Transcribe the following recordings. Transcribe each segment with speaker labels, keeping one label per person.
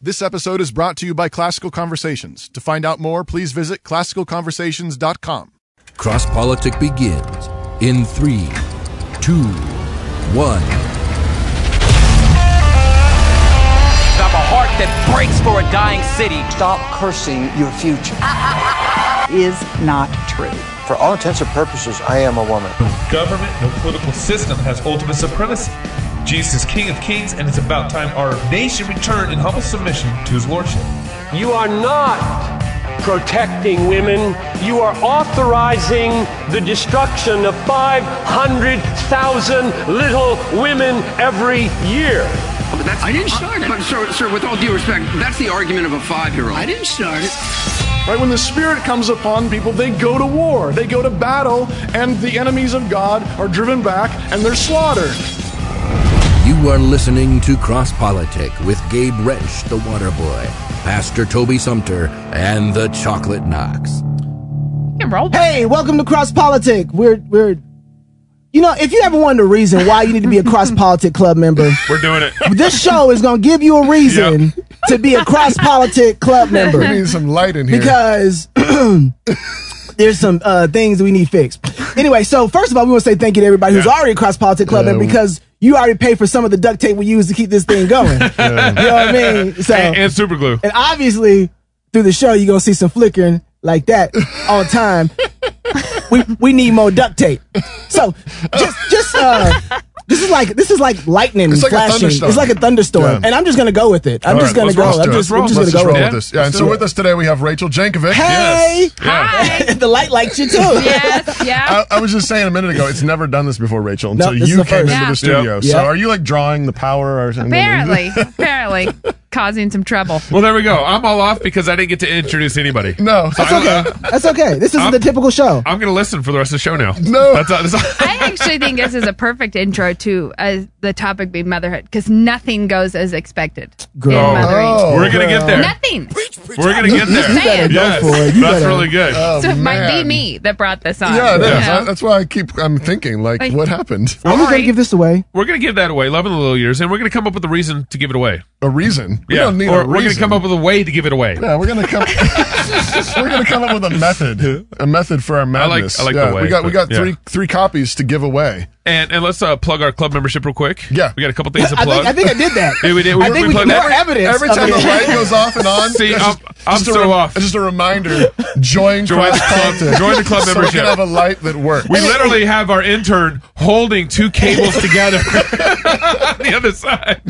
Speaker 1: This episode is brought to you by Classical Conversations. To find out more, please visit classicalconversations.com.
Speaker 2: Cross Politic begins in three, two, one.
Speaker 3: I'm a heart that breaks for a dying city.
Speaker 4: Stop cursing your future.
Speaker 5: is not true.
Speaker 4: For all intents and purposes, I am a woman.
Speaker 6: government, no political system has ultimate supremacy. Jesus is King of Kings, and it's about time our nation returned in humble submission to his lordship.
Speaker 7: You are not protecting women. You are authorizing the destruction of 500,000 little women every year.
Speaker 8: But that's, I didn't start it. But sir, sir, with all due respect, that's the argument of a five-year-old. I didn't start it.
Speaker 9: Right? When the Spirit comes upon people, they go to war, they go to battle, and the enemies of God are driven back and they're slaughtered.
Speaker 2: You are listening to Cross Politic with Gabe Wrench, the water boy, Pastor Toby Sumter, and the Chocolate Knox.
Speaker 10: Hey, welcome to Cross Politic. We're we're you know, if you ever wondered the reason why you need to be a Cross Politic Club member,
Speaker 11: We're doing it.
Speaker 10: this show is gonna give you a reason to be a Cross Politic Club
Speaker 1: We
Speaker 10: member
Speaker 1: need some light in here.
Speaker 10: because there's some uh, things that we need fixed. Anyway, so first of all, we want to say thank you to everybody who's
Speaker 11: Yeah.
Speaker 10: already a Cross Politic Club member because you already paid for some of the duct tape we use to keep this thing going. You know what I mean? So
Speaker 11: and, and super glue.
Speaker 10: and obviously, through the show, you're gonna see some flickering like that all the time. we we need more duct tape. So just just uh this is like this is like lightning
Speaker 1: It's like a
Speaker 10: flashing.
Speaker 1: thunderstorm.
Speaker 10: it's like a thunderstorm.
Speaker 1: Yeah.
Speaker 10: And I'm just gonna go with it. I'm
Speaker 1: All
Speaker 10: just
Speaker 1: right,
Speaker 10: gonna
Speaker 1: let's
Speaker 10: go.
Speaker 1: roll.
Speaker 10: I'm
Speaker 1: Let's
Speaker 10: just,
Speaker 1: roll.
Speaker 10: I'm just
Speaker 1: Let's just
Speaker 10: gonna go
Speaker 1: roll
Speaker 10: with
Speaker 1: with
Speaker 10: it.
Speaker 1: this. Yeah, and so with us today we have Rachel Jankovic.
Speaker 10: Hey,
Speaker 11: Hi.
Speaker 10: the light liked you too.
Speaker 12: yes, yeah.
Speaker 1: I, I was just saying a minute ago, it's never done this before, Rachel,
Speaker 10: No,
Speaker 1: until
Speaker 10: this is
Speaker 1: you
Speaker 10: the
Speaker 1: came
Speaker 10: first.
Speaker 1: into
Speaker 12: Yeah.
Speaker 1: the studio.
Speaker 10: Yeah.
Speaker 1: So are you like drawing the power or something?
Speaker 12: Apparently, apparently, causing some trouble.
Speaker 11: Well, there we go. I'm all off because I didn't get to introduce anybody.
Speaker 1: no.
Speaker 10: That's okay. That's okay. This isn't
Speaker 11: Uh-huh. I'm-
Speaker 10: the typical show.
Speaker 11: I'm going to listen for the rest of the show now.
Speaker 1: No.
Speaker 11: That's all. That's all.
Speaker 12: I actually think this is a perfect intro to uh, the topic being motherhood because nothing goes as expected
Speaker 10: Girl.
Speaker 12: in mothering.
Speaker 1: Oh,
Speaker 11: We're going to get there.
Speaker 12: Nothing.
Speaker 11: We're going to get there.
Speaker 12: You better go
Speaker 11: yes.
Speaker 10: for it. You
Speaker 11: That's
Speaker 10: better- Uh,
Speaker 11: really good.
Speaker 12: so it might be
Speaker 1: Oh, man.
Speaker 12: me that brought this on.
Speaker 1: Yeah, it is.
Speaker 12: you
Speaker 1: I-
Speaker 12: know?
Speaker 1: that's why I keep I'm thinking like,
Speaker 12: Like-
Speaker 1: what happened?
Speaker 10: I'm just gonna
Speaker 12: Sorry.
Speaker 10: give this away.
Speaker 11: We're going to give that away, love in the little years, and we're going to come up with a reason to give it away.
Speaker 1: A reason. We don't need
Speaker 11: or
Speaker 1: a
Speaker 11: we're going to
Speaker 1: reason.
Speaker 11: come up with a way to give it away.
Speaker 1: Yeah, we're gonna come. we're gonna come up with a method, a method for our
Speaker 11: like-
Speaker 1: madness.
Speaker 11: I like
Speaker 1: yeah,
Speaker 11: the way,
Speaker 1: we got we
Speaker 11: but-
Speaker 1: got three
Speaker 11: yeah.
Speaker 1: three copies to give away.
Speaker 11: And, and let's uh, plug our club membership real quick.
Speaker 1: Yeah.
Speaker 11: We got a couple things to
Speaker 10: I
Speaker 11: plug.
Speaker 10: think, I think I did that.
Speaker 11: Yeah, we did. We-
Speaker 10: I think
Speaker 11: we
Speaker 10: we,
Speaker 11: plugged
Speaker 10: more
Speaker 11: every-
Speaker 10: evidence.
Speaker 1: Every time
Speaker 10: of
Speaker 1: the
Speaker 10: it.
Speaker 1: light goes off and on,
Speaker 11: See,
Speaker 1: that's
Speaker 11: I'm- I'm
Speaker 1: a
Speaker 11: so
Speaker 1: rem-
Speaker 11: off.
Speaker 1: Just a reminder: join,
Speaker 11: Join
Speaker 1: Cross
Speaker 11: the club-
Speaker 1: Politics
Speaker 11: join the club
Speaker 1: so We
Speaker 11: membership.
Speaker 1: can have a light that works.
Speaker 11: We literally have our intern holding two cables together on the other side.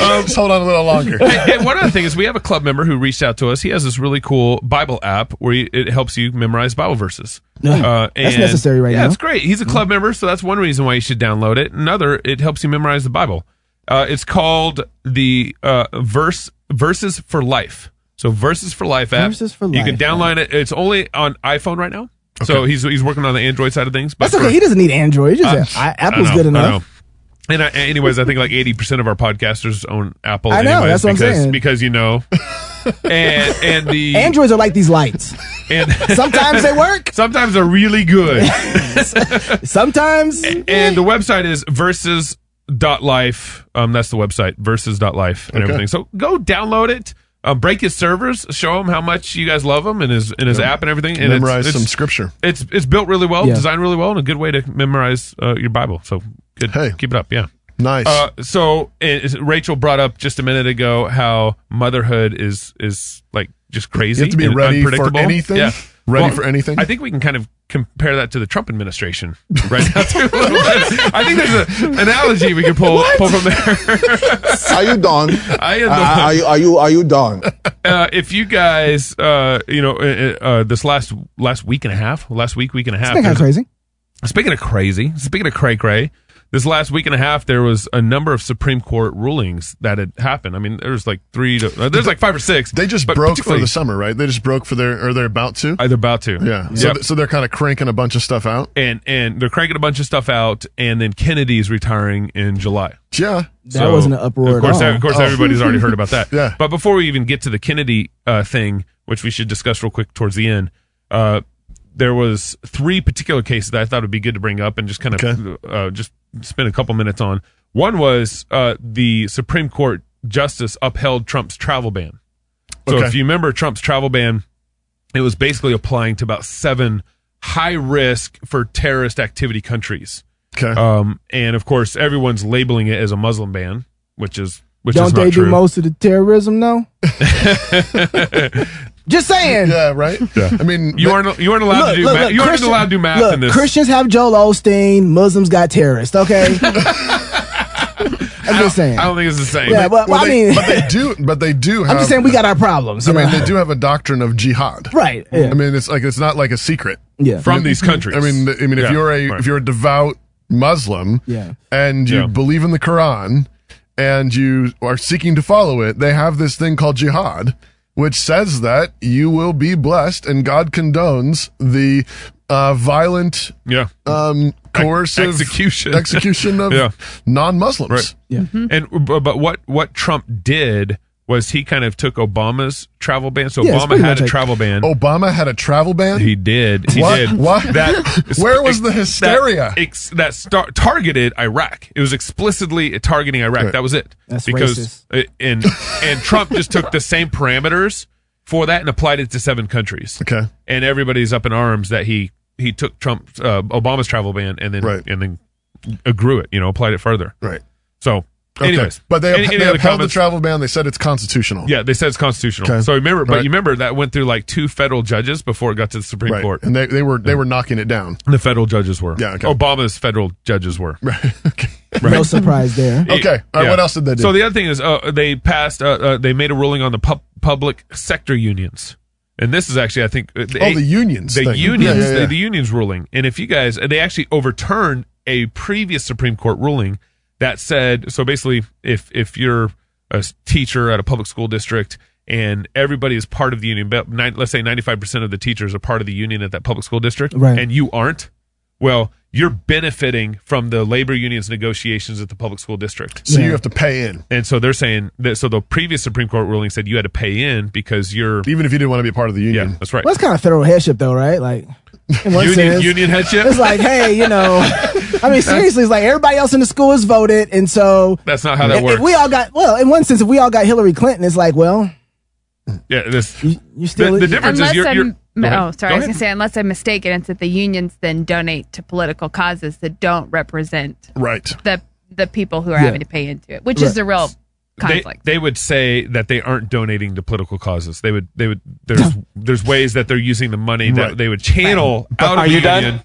Speaker 11: Um,
Speaker 1: just hold on a little longer.
Speaker 11: and and one other thing is we have a club member who reached out to us. He has this really cool Bible app where he, it helps you memorize Bible verses. Uh,
Speaker 10: That's necessary right
Speaker 11: yeah,
Speaker 10: now. Mm-hmm.
Speaker 11: it's great. He's a club member, so that's one reason why you should download it. Another, it helps you memorize the Bible. Uh, it's called the uh, verse verses for life. So verses for life app.
Speaker 10: Verses for
Speaker 11: You can
Speaker 10: Life.
Speaker 11: download it. It's only on iPhone right now. So he's he's working on the Android side of things. But
Speaker 10: That's
Speaker 11: for-
Speaker 10: okay. He doesn't need Android. It's Just I,
Speaker 11: I
Speaker 10: Apple's
Speaker 11: know,
Speaker 10: good
Speaker 11: I
Speaker 10: enough.
Speaker 11: know. And I, anyways, I think like eighty percent of our podcasters own Apple.
Speaker 10: I know,
Speaker 11: anyways,
Speaker 10: that's what I'm
Speaker 11: because,
Speaker 10: saying.
Speaker 11: Because you know, and and the
Speaker 10: Androids are like these lights.
Speaker 11: and
Speaker 10: Sometimes they work.
Speaker 11: sometimes they're really good.
Speaker 10: Sometimes
Speaker 11: and the website is versus dot life. Um, that's the website versus dot life and everything. So go download it. Um, break his servers. Show him how much you guys love him and his and his app and everything. And it's-
Speaker 1: Memorize
Speaker 11: it's,
Speaker 1: some scripture.
Speaker 11: It's it's built really well,
Speaker 10: Yeah.
Speaker 11: designed really well, and a good way to memorize uh, your Bible. So good.
Speaker 1: Hey.
Speaker 11: keep it up. Yeah.
Speaker 1: Nice.
Speaker 11: Uh, so is, Rachel brought up just a minute ago how motherhood is is like just crazy.
Speaker 1: You have to be
Speaker 11: and
Speaker 1: ready for
Speaker 11: unpredictable.
Speaker 1: anything?
Speaker 11: Yeah.
Speaker 1: Ready for anything?
Speaker 11: I think we can kind of compare that to the Trump administration right now. Too, a little bit. I think there's an analogy we could pull pull from there.
Speaker 4: Are you done?
Speaker 11: I am the
Speaker 4: Are you, are you are you done?
Speaker 11: uh, if you guys, uh, you know, uh, uh, this last last week and a half, last week week and a half,
Speaker 10: kind of
Speaker 11: there's-
Speaker 10: crazy.
Speaker 11: Speaking of crazy, speaking of cray cray, this last week and a half there was a number of Supreme Court rulings that had happened. I mean, there was like three, to, uh, there's like five or six.
Speaker 1: they just
Speaker 11: but
Speaker 1: broke for
Speaker 11: particularly-
Speaker 1: the summer, right? They just broke for their or they're about to.
Speaker 11: Uh, They're about to.
Speaker 1: yeah. So,
Speaker 11: So
Speaker 1: th- so they're kind of cranking a bunch of stuff out.
Speaker 11: and and they're cranking a bunch of stuff out, and then Kennedy's retiring in July.
Speaker 1: Yeah.
Speaker 10: That wasn't an uproar
Speaker 11: Of
Speaker 10: at
Speaker 11: course,
Speaker 10: all. Oh.
Speaker 11: of course, everybody's already heard about that.
Speaker 1: Yeah.
Speaker 11: But before we even get to the Kennedy uh, thing, which we should discuss real quick towards the end, uh, there was three particular cases that I thought would be good to bring up and just kind of
Speaker 1: Okay.
Speaker 11: uh, just spend a couple minutes on. One was uh, the Supreme Court justice upheld Trump's travel ban. So
Speaker 13: Okay.
Speaker 11: if you remember Trump's travel ban, it was basically applying to about seven high risk for terrorist activity countries.
Speaker 1: Okay.
Speaker 11: Um, and of course, everyone's labeling it as a Muslim ban, which is which
Speaker 10: Don't
Speaker 11: is
Speaker 10: they
Speaker 11: not
Speaker 10: do
Speaker 11: true.
Speaker 10: most of the terrorism though? Just saying.
Speaker 1: Yeah, right.
Speaker 11: Yeah.
Speaker 1: I mean,
Speaker 11: You aren't you aren't allowed to do math. You aren't
Speaker 10: Christian-
Speaker 11: allowed to do math
Speaker 10: look,
Speaker 11: in this.
Speaker 10: Christians have Joel Osteen, Muslims got terrorists. Okay,
Speaker 11: I'm just saying. I don't think it's the same.
Speaker 10: Yeah, well, I
Speaker 1: they,
Speaker 10: mean-
Speaker 1: but they do. But they do. Have,
Speaker 10: I'm just saying
Speaker 11: um,
Speaker 10: we got our problems.
Speaker 1: I
Speaker 10: you
Speaker 1: mean,
Speaker 10: know?
Speaker 1: they do have a doctrine of jihad,
Speaker 10: Right, yeah.
Speaker 1: I mean, it's like it's not like a secret
Speaker 10: Yeah. From these countries.
Speaker 1: I mean, th- I mean, if
Speaker 10: Yeah,
Speaker 1: you're a
Speaker 10: right.
Speaker 1: if you're a devout Muslim,
Speaker 10: Yeah.
Speaker 1: and you
Speaker 10: Yeah.
Speaker 1: believe in the Quran and you are seeking to follow it, they have this thing called jihad, which says that you will be blessed and God condones the uh, violent,
Speaker 11: yeah,
Speaker 1: um, coercive
Speaker 11: execution.
Speaker 1: execution of
Speaker 11: Yeah.
Speaker 1: non-Muslims.
Speaker 11: Right. And b- but what what Trump did was he kind of took Obama's travel ban. So
Speaker 1: Yeah, it's
Speaker 11: Obama
Speaker 1: pretty
Speaker 11: had
Speaker 1: much
Speaker 11: a
Speaker 1: like-
Speaker 11: travel ban.
Speaker 1: Obama had a travel ban.
Speaker 11: He did. He
Speaker 1: What?
Speaker 11: did.
Speaker 1: What?
Speaker 11: That
Speaker 1: Where was the hysteria?
Speaker 11: That, ex, that star, targeted Iraq. It was explicitly targeting Iraq.
Speaker 1: Right.
Speaker 11: That was it.
Speaker 10: That's
Speaker 11: because it- and and Trump just took the same parameters for that and applied it to seven countries.
Speaker 1: Okay.
Speaker 11: And everybody's up in arms that he he took Trump's uh, Obama's travel ban and then and then uh, grew it. You know, applied it further.
Speaker 1: Right.
Speaker 11: So, anyways,
Speaker 1: okay. but they,
Speaker 11: Any-
Speaker 1: up-
Speaker 11: any
Speaker 1: they
Speaker 11: other
Speaker 1: upheld the
Speaker 11: comments?
Speaker 1: travel ban. They said it's constitutional.
Speaker 11: Yeah, they said it's constitutional.
Speaker 1: Okay.
Speaker 11: So remember, but
Speaker 1: Right.
Speaker 11: you remember that went through like two federal judges before it got to the Supreme
Speaker 1: right.
Speaker 11: Court.
Speaker 1: and they, they were they were knocking it down.
Speaker 11: The federal judges were.
Speaker 1: Yeah, okay.
Speaker 11: Obama's federal judges were.
Speaker 1: Right.
Speaker 10: No surprise there.
Speaker 1: Okay. All right, what else did they do?
Speaker 11: So the other thing is uh, they passed. Uh, uh, they made a ruling on the pub- public sector unions, and this is actually I think uh,
Speaker 1: Oh, the unions
Speaker 11: the
Speaker 1: thing.
Speaker 11: unions,
Speaker 1: Yeah, yeah, yeah.
Speaker 11: The, the unions ruling. And if you guys, they actually overturned a previous Supreme Court ruling that said so basically if if you're a s- teacher at a public school district and everybody is part of the union but nine, let's say 95% of the teachers are part of the union at that public school district
Speaker 10: Right.
Speaker 11: and you aren't well you're benefiting from the labor unions negotiations at the public school district
Speaker 1: So you have to pay in,
Speaker 11: and so they're saying that so the previous supreme court ruling said you had to pay in because you're
Speaker 1: even if you didn't want to be part of the union
Speaker 11: yeah that's right
Speaker 10: Well, it's kind of federal headship though, right? Like in one
Speaker 11: union,
Speaker 10: sense,
Speaker 11: union headship
Speaker 10: it's like, hey, you know, I mean, seriously, it's like everybody else in the school has voted, and so
Speaker 11: That's not how that
Speaker 10: if- if
Speaker 11: works.
Speaker 10: we all got well, in one sense, if we all got Hillary Clinton, it's like, well,
Speaker 11: yeah, this
Speaker 10: you still-
Speaker 11: the, the difference
Speaker 12: unless
Speaker 11: is you're,
Speaker 12: I'm,
Speaker 11: you're Go ahead.
Speaker 12: oh, sorry,
Speaker 11: Go
Speaker 12: I was
Speaker 11: ahead.
Speaker 12: gonna say unless I'm mistaken, it's that the unions then donate to political causes that don't represent
Speaker 1: right?
Speaker 12: the the people who are
Speaker 11: Yeah.
Speaker 12: having to pay into it, which is
Speaker 11: Right.
Speaker 12: the real conflict.
Speaker 11: They, they would say that they aren't donating to political causes. They would. They would. There's there's ways that they're using the money that
Speaker 1: Right.
Speaker 11: they would channel
Speaker 1: But
Speaker 11: out
Speaker 1: are
Speaker 11: of the
Speaker 1: you done?
Speaker 11: union.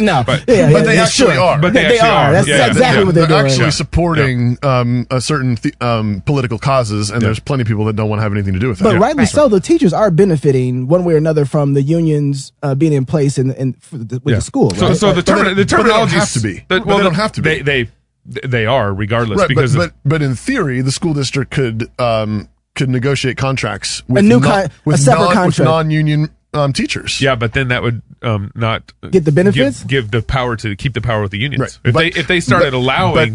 Speaker 10: no,
Speaker 11: But,
Speaker 1: yeah, But they yeah, actually sure. are.
Speaker 11: But they,
Speaker 1: They
Speaker 11: actually
Speaker 1: are.
Speaker 11: are.
Speaker 1: That's-
Speaker 11: yeah,
Speaker 1: that's
Speaker 10: exactly what they're doing.
Speaker 1: actually
Speaker 10: Yeah.
Speaker 1: supporting um, a certain th- um, political causes, and there's plenty of people that don't want to have anything to do with it.
Speaker 10: But rightly so, the teachers are benefiting one way or another from the unions uh, being in place in, in for the, with the school.
Speaker 11: So,
Speaker 10: right?
Speaker 11: so the,
Speaker 10: Like-
Speaker 11: termi- the terminology
Speaker 1: have to be. But
Speaker 11: well,
Speaker 1: they don't
Speaker 11: the-
Speaker 1: have to
Speaker 11: They they, they are regardless
Speaker 1: Right,
Speaker 11: because
Speaker 1: but,
Speaker 11: of,
Speaker 1: but but in theory, the school district could um, could negotiate contracts with
Speaker 10: new
Speaker 1: non-
Speaker 10: con-
Speaker 1: with
Speaker 10: a separate
Speaker 1: non- with
Speaker 10: contract.
Speaker 1: non-union um, teachers.
Speaker 11: yeah, but then that would um, not
Speaker 10: Get the benefits?
Speaker 11: Give, give the power to keep the power with the unions.
Speaker 1: Right.
Speaker 11: If
Speaker 1: But-
Speaker 11: they if they started
Speaker 1: but-
Speaker 11: allowing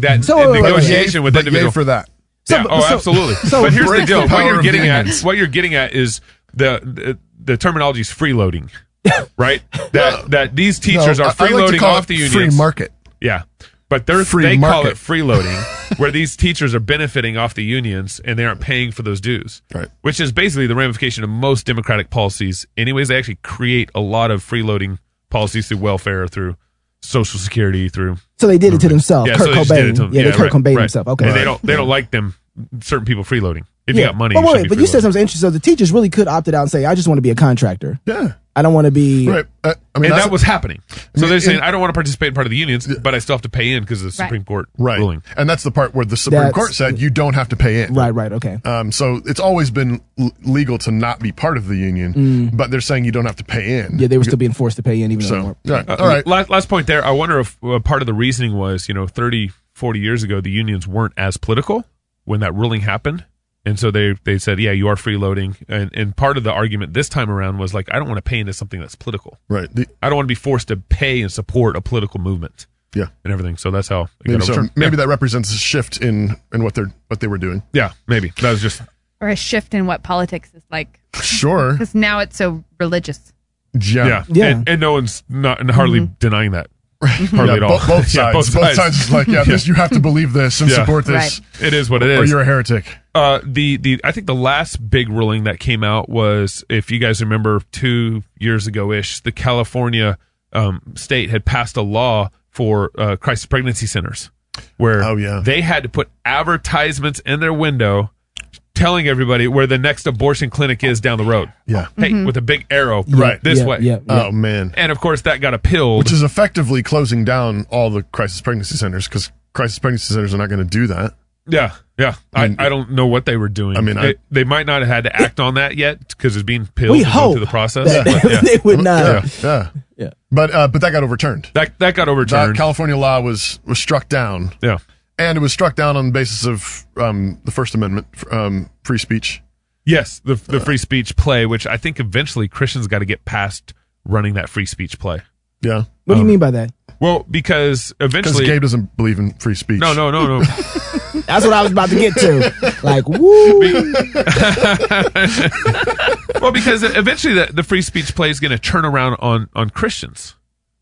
Speaker 1: but-
Speaker 11: that
Speaker 1: So,
Speaker 11: in
Speaker 1: wait, wait, wait.
Speaker 11: negotiation with
Speaker 1: But yay
Speaker 11: individuals
Speaker 1: for that.
Speaker 11: Yeah,
Speaker 1: So-
Speaker 11: oh,
Speaker 1: so-
Speaker 11: absolutely.
Speaker 1: so-
Speaker 11: but here's the
Speaker 1: Break the power
Speaker 11: deal. what you're
Speaker 1: of
Speaker 11: getting
Speaker 1: the
Speaker 11: at,
Speaker 1: unions.
Speaker 11: what you're getting at, is the the, the terminology is freeloading, right? That that these teachers
Speaker 1: No,
Speaker 11: are
Speaker 1: I- I
Speaker 11: freeloading
Speaker 1: like to call
Speaker 11: off
Speaker 1: it
Speaker 11: the unions.
Speaker 1: Free market.
Speaker 11: Yeah, but they're,
Speaker 1: Free
Speaker 11: they call
Speaker 1: market.
Speaker 11: it freeloading, where these teachers are benefiting off the unions and they aren't paying for those dues.
Speaker 1: Right.
Speaker 11: Which is basically the ramification of most democratic policies. Anyways, they actually create a lot of freeloading policies through welfare, through social security, through
Speaker 10: So they did it to themselves.
Speaker 11: yeah,
Speaker 10: Uh, Kurt
Speaker 11: so they just did
Speaker 10: Cobain.
Speaker 11: it to them.
Speaker 10: yeah, they Kurt
Speaker 11: right,
Speaker 10: Cobain
Speaker 11: right.
Speaker 10: himself. Okay.
Speaker 11: And they don't they don't like them certain people freeloading. If you
Speaker 10: Yeah.
Speaker 11: got money,
Speaker 10: But
Speaker 11: you
Speaker 10: wait,
Speaker 11: should be
Speaker 10: but you
Speaker 11: freeloading.
Speaker 10: said something interesting. So the teachers really could opt it out and say, "I just want to be a contractor.
Speaker 1: Yeah,
Speaker 10: I don't want to be."
Speaker 1: Right. Uh, I mean,
Speaker 11: and
Speaker 1: that's-
Speaker 11: that was happening. So
Speaker 1: mean,
Speaker 11: they're saying,
Speaker 1: it-
Speaker 11: I don't want to participate in part of the unions, but I still have to pay in because of the Supreme Court
Speaker 1: right.
Speaker 11: ruling.
Speaker 1: And that's the part where the Supreme
Speaker 10: That's-
Speaker 1: Court said you don't have to pay in.
Speaker 10: Right. Right. Okay.
Speaker 1: Um, so it's always been l- legal to not be part of the union, but they're saying you don't have to pay in.
Speaker 10: Mm. Yeah, they were still being forced to pay in, even though.
Speaker 1: So,
Speaker 10: they
Speaker 1: all right.
Speaker 10: weren't.
Speaker 11: Uh,
Speaker 1: All right.
Speaker 11: la- Last, point there. I wonder if uh, part of the reasoning was, you know, 30, 40 years ago, the unions weren't as political when that ruling happened. And so they, they said, yeah, you are freeloading. And, and part of the argument this time around was like, I don't want to pay into something that's political.
Speaker 1: Right. The-
Speaker 11: I don't want to be forced to pay and support a political movement
Speaker 1: yeah.
Speaker 11: and everything. So that's how it
Speaker 1: Maybe,
Speaker 11: got
Speaker 1: so.
Speaker 11: overturned.
Speaker 1: maybe
Speaker 11: yeah.
Speaker 1: that represents a shift in, in what they're what they were doing.
Speaker 11: Yeah, maybe. That was just, um,
Speaker 12: or a shift in what politics is like.
Speaker 1: Sure.
Speaker 12: Because now it's so religious.
Speaker 1: Yeah. Mm-hmm.
Speaker 11: yeah. And, and no one's not and hardly denying that. Hardly at all.
Speaker 1: bo- both sides.
Speaker 11: Yeah,
Speaker 1: both, sides. is like, yeah, this, you have to believe this and
Speaker 11: Yeah.
Speaker 1: support this.
Speaker 11: It is what it is.
Speaker 1: Or you're a heretic.
Speaker 11: Uh, the the I think the last big ruling that came out was if you guys remember two years ago ish, the California um, state had passed a law for uh, crisis pregnancy centers, where oh, yeah. they had to put advertisements in their window telling everybody where the next abortion clinic is down the road.
Speaker 1: Yeah.
Speaker 11: Hey,
Speaker 1: Mhm.
Speaker 11: with a big arrow
Speaker 1: Right.
Speaker 11: this
Speaker 1: Yeah,
Speaker 11: way.
Speaker 1: yeah, yeah. Oh, man.
Speaker 11: And of course that got appealed.
Speaker 1: Which is effectively closing down all the crisis pregnancy centers because crisis pregnancy centers are not going to do that.
Speaker 11: Yeah, yeah. I, I, don't know what they were doing. I mean,
Speaker 1: I-
Speaker 11: they, they might not have had to act on that yet because it's being peeled
Speaker 1: We
Speaker 11: and going
Speaker 1: hope
Speaker 11: through the process.
Speaker 1: that
Speaker 11: but yeah.
Speaker 1: they would not. Yeah. Yeah. But uh, but that got overturned.
Speaker 11: That that got
Speaker 1: That
Speaker 11: overturned.
Speaker 1: California law was was struck down.
Speaker 11: Yeah.
Speaker 1: And it was struck down on the basis of um, the First Amendment, um, free speech.
Speaker 11: Yes, the the free speech play, which I think eventually Christians got to get past running that free speech play.
Speaker 1: Yeah.
Speaker 10: What do
Speaker 11: Um,
Speaker 10: you mean by that?
Speaker 11: Well, because
Speaker 1: Because
Speaker 11: eventually,
Speaker 1: Gabe doesn't believe in free speech.
Speaker 11: no, no, no, no.
Speaker 10: That's what I was about to get to. Like, woo.
Speaker 11: well, because e-, eventually the, the free speech play is going to turn around on on Christians,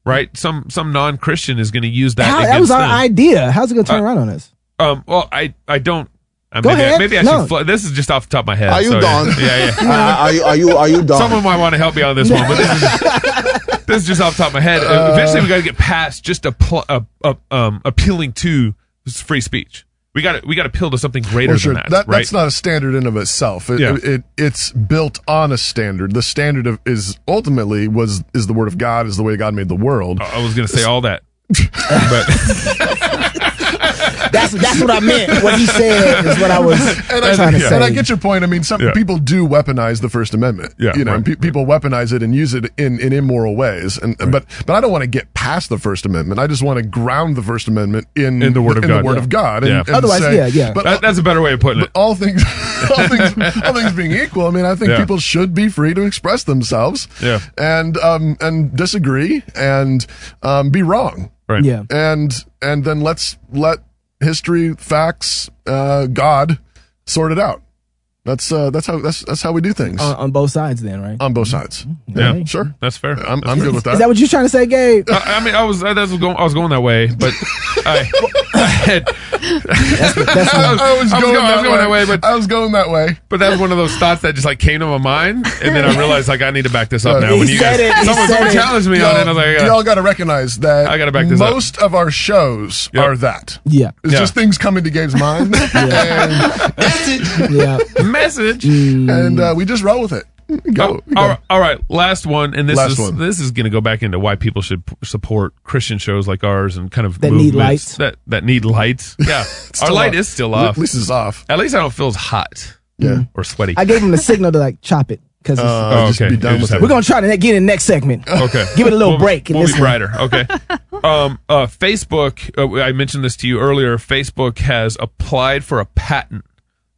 Speaker 11: right? Some some non Christian is going to use that.
Speaker 10: How,
Speaker 11: against
Speaker 10: that was our
Speaker 11: them.
Speaker 10: idea. How's it going to turn
Speaker 11: Uh,
Speaker 10: around on us?
Speaker 11: Um. Well, I I don't. Uh,
Speaker 10: Go
Speaker 11: maybe, I,
Speaker 10: ahead.
Speaker 11: maybe I
Speaker 10: No.
Speaker 11: should. Fl- this is just off the top of my head.
Speaker 4: Are you
Speaker 11: so, yeah.
Speaker 4: done?
Speaker 11: Yeah, yeah.
Speaker 4: Uh, are you- are you- are you done?
Speaker 11: Someone might want to help me on this one, but this is, this is just off the top of my head.
Speaker 4: Uh,
Speaker 11: Eventually, we got to get past just a pl- a, a, um, appealing to free speech. We got to we got to appeal to something greater
Speaker 1: Well, sure.
Speaker 11: than that. right?
Speaker 1: That's not a standard in of itself. It,
Speaker 11: Yeah.
Speaker 1: it, it's built on a standard. The standard of, is ultimately was is the word of God is the way God made the world.
Speaker 11: I was going to say all that, but
Speaker 10: That's that's what I meant. What he said is what I was
Speaker 1: and I,
Speaker 10: trying to
Speaker 1: and
Speaker 10: say.
Speaker 1: I get your point. I mean, some
Speaker 11: Yeah.
Speaker 1: people do weaponize the First Amendment.
Speaker 11: Yeah,
Speaker 1: you know,
Speaker 11: right,
Speaker 1: pe- people weaponize it and use it in, in immoral ways. And but but I don't want to get past the First Amendment. I just want to ground the First Amendment in,
Speaker 11: in the word of
Speaker 1: in
Speaker 11: God,
Speaker 1: The word
Speaker 11: Yeah.
Speaker 1: of God. And,
Speaker 11: Yeah.
Speaker 1: and say- But
Speaker 11: That- that's a better way of putting it.
Speaker 1: all things, all things, all things being equal, I mean, I think
Speaker 11: Yeah.
Speaker 1: people should be free to express themselves.
Speaker 11: Yeah.
Speaker 1: and um and disagree and um be wrong.
Speaker 11: Right. Yeah.
Speaker 1: and and then let's let history, facts, uh, God sort it out. That's uh, that's how that's that's how we do things
Speaker 10: on, on both sides, then, right?
Speaker 1: on both sides.
Speaker 11: Uh, Yeah.
Speaker 1: sure,
Speaker 11: that's fair.
Speaker 1: I'm, I'm good with that.
Speaker 10: Is that what you're trying to say, Gabe?
Speaker 11: I, I mean, I was I, that's what going, I was going that way, but I, I had- I was,
Speaker 1: I was
Speaker 11: I was
Speaker 1: going
Speaker 11: going, I was
Speaker 1: that
Speaker 11: going
Speaker 1: way.
Speaker 11: that way, but
Speaker 1: I was going that way.
Speaker 11: But that was one of those thoughts that just like came to my mind, and then I realized like I need to back this up
Speaker 1: Yeah.
Speaker 11: now.
Speaker 1: He
Speaker 11: When you
Speaker 1: said
Speaker 11: guys,
Speaker 1: it, he
Speaker 11: someone,
Speaker 1: said
Speaker 11: someone
Speaker 1: it.
Speaker 11: challenged me on it, and I was like, I
Speaker 1: y'all
Speaker 11: gotta,
Speaker 1: got to recognize that
Speaker 11: I gotta back this up.
Speaker 1: most of our shows are that.
Speaker 10: Yeah.
Speaker 1: It's
Speaker 11: Yeah.
Speaker 1: just things coming to Gabe's mind. and
Speaker 10: Yeah.
Speaker 11: message.
Speaker 1: and uh, we just roll with it. Go.
Speaker 11: Oh, all, right, all right, last one, and this
Speaker 1: Last
Speaker 11: is
Speaker 1: one.
Speaker 11: this is going to go back into why people should p- support Christian shows like ours and kind of
Speaker 10: That need
Speaker 11: movements
Speaker 10: lights.
Speaker 11: that that need lights. Yeah, our
Speaker 1: still
Speaker 11: light
Speaker 1: off.
Speaker 11: is still
Speaker 1: At
Speaker 11: off.
Speaker 1: least it's off.
Speaker 11: At least I don't feel as hot.
Speaker 1: Yeah.
Speaker 11: or sweaty.
Speaker 10: I gave him the signal to like chop it because
Speaker 11: Oh,
Speaker 1: just
Speaker 11: okay.
Speaker 1: be done
Speaker 11: It just
Speaker 1: with it.
Speaker 10: we're going to try to ne- get in the next segment.
Speaker 1: uh,
Speaker 11: Okay.
Speaker 10: Give it a little
Speaker 11: We'll-
Speaker 10: break and
Speaker 11: We'll be
Speaker 10: listen.
Speaker 11: brighter. Okay. Um, uh, Facebook, uh, I mentioned this to you earlier. Facebook has applied for a patent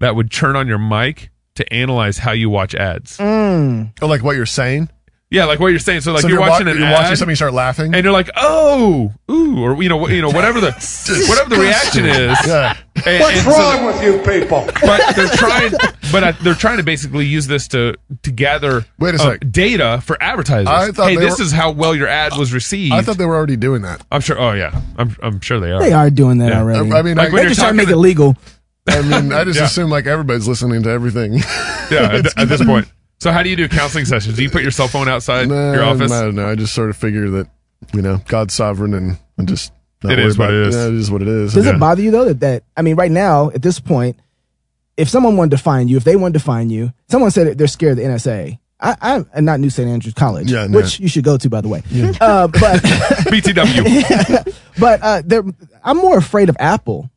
Speaker 11: that would turn on your mic to analyze how you watch ads.
Speaker 1: Oh, like what you're saying.
Speaker 11: Yeah, like what you're saying. So, like
Speaker 1: So
Speaker 11: you're,
Speaker 1: wa-
Speaker 11: watching an
Speaker 1: you're
Speaker 11: ad,
Speaker 1: watching something, you start laughing.
Speaker 11: and you're like, oh, ooh, or you know, wh- you know, whatever the whatever the reaction is.
Speaker 1: Yeah.
Speaker 11: And- and so-
Speaker 4: with you people?
Speaker 11: but they're trying, but uh, they're trying to basically use this to to gather
Speaker 1: Wait a
Speaker 11: uh,
Speaker 1: sec.
Speaker 11: data for advertisers.
Speaker 1: I thought
Speaker 11: hey,
Speaker 1: they
Speaker 11: this
Speaker 1: were-
Speaker 11: is how well your ad was received.
Speaker 1: I thought they were already doing that.
Speaker 11: I'm sure. Oh yeah, I'm I'm sure they are.
Speaker 10: They are doing that
Speaker 11: Yeah.
Speaker 10: already.
Speaker 1: I mean,
Speaker 11: Like
Speaker 1: I,
Speaker 10: They're
Speaker 11: when you're
Speaker 10: just trying to
Speaker 11: talking
Speaker 10: make
Speaker 11: to-
Speaker 10: it legal.
Speaker 1: I mean, I just
Speaker 11: Yeah.
Speaker 1: assume like everybody's listening to everything.
Speaker 11: Yeah, at, at this point. So how do you do counseling sessions? Do you put your cell phone outside your office?
Speaker 1: I don't know. I just sort of figure that you know God's sovereign and and just. not
Speaker 11: It
Speaker 1: worry
Speaker 11: is what
Speaker 1: about
Speaker 11: it is.
Speaker 1: Yeah, it is what it is.
Speaker 10: Does it bother you though that, that I mean, right now at this point, if someone wanted to find you, if they wanted to find you, someone said that they're scared of the NSA. I, I'm and not New St. Andrews College,
Speaker 1: Yeah, no.
Speaker 10: which you should go to, by the way. Uh, but
Speaker 11: BTW.
Speaker 10: but uh, they're- I'm more afraid of Apple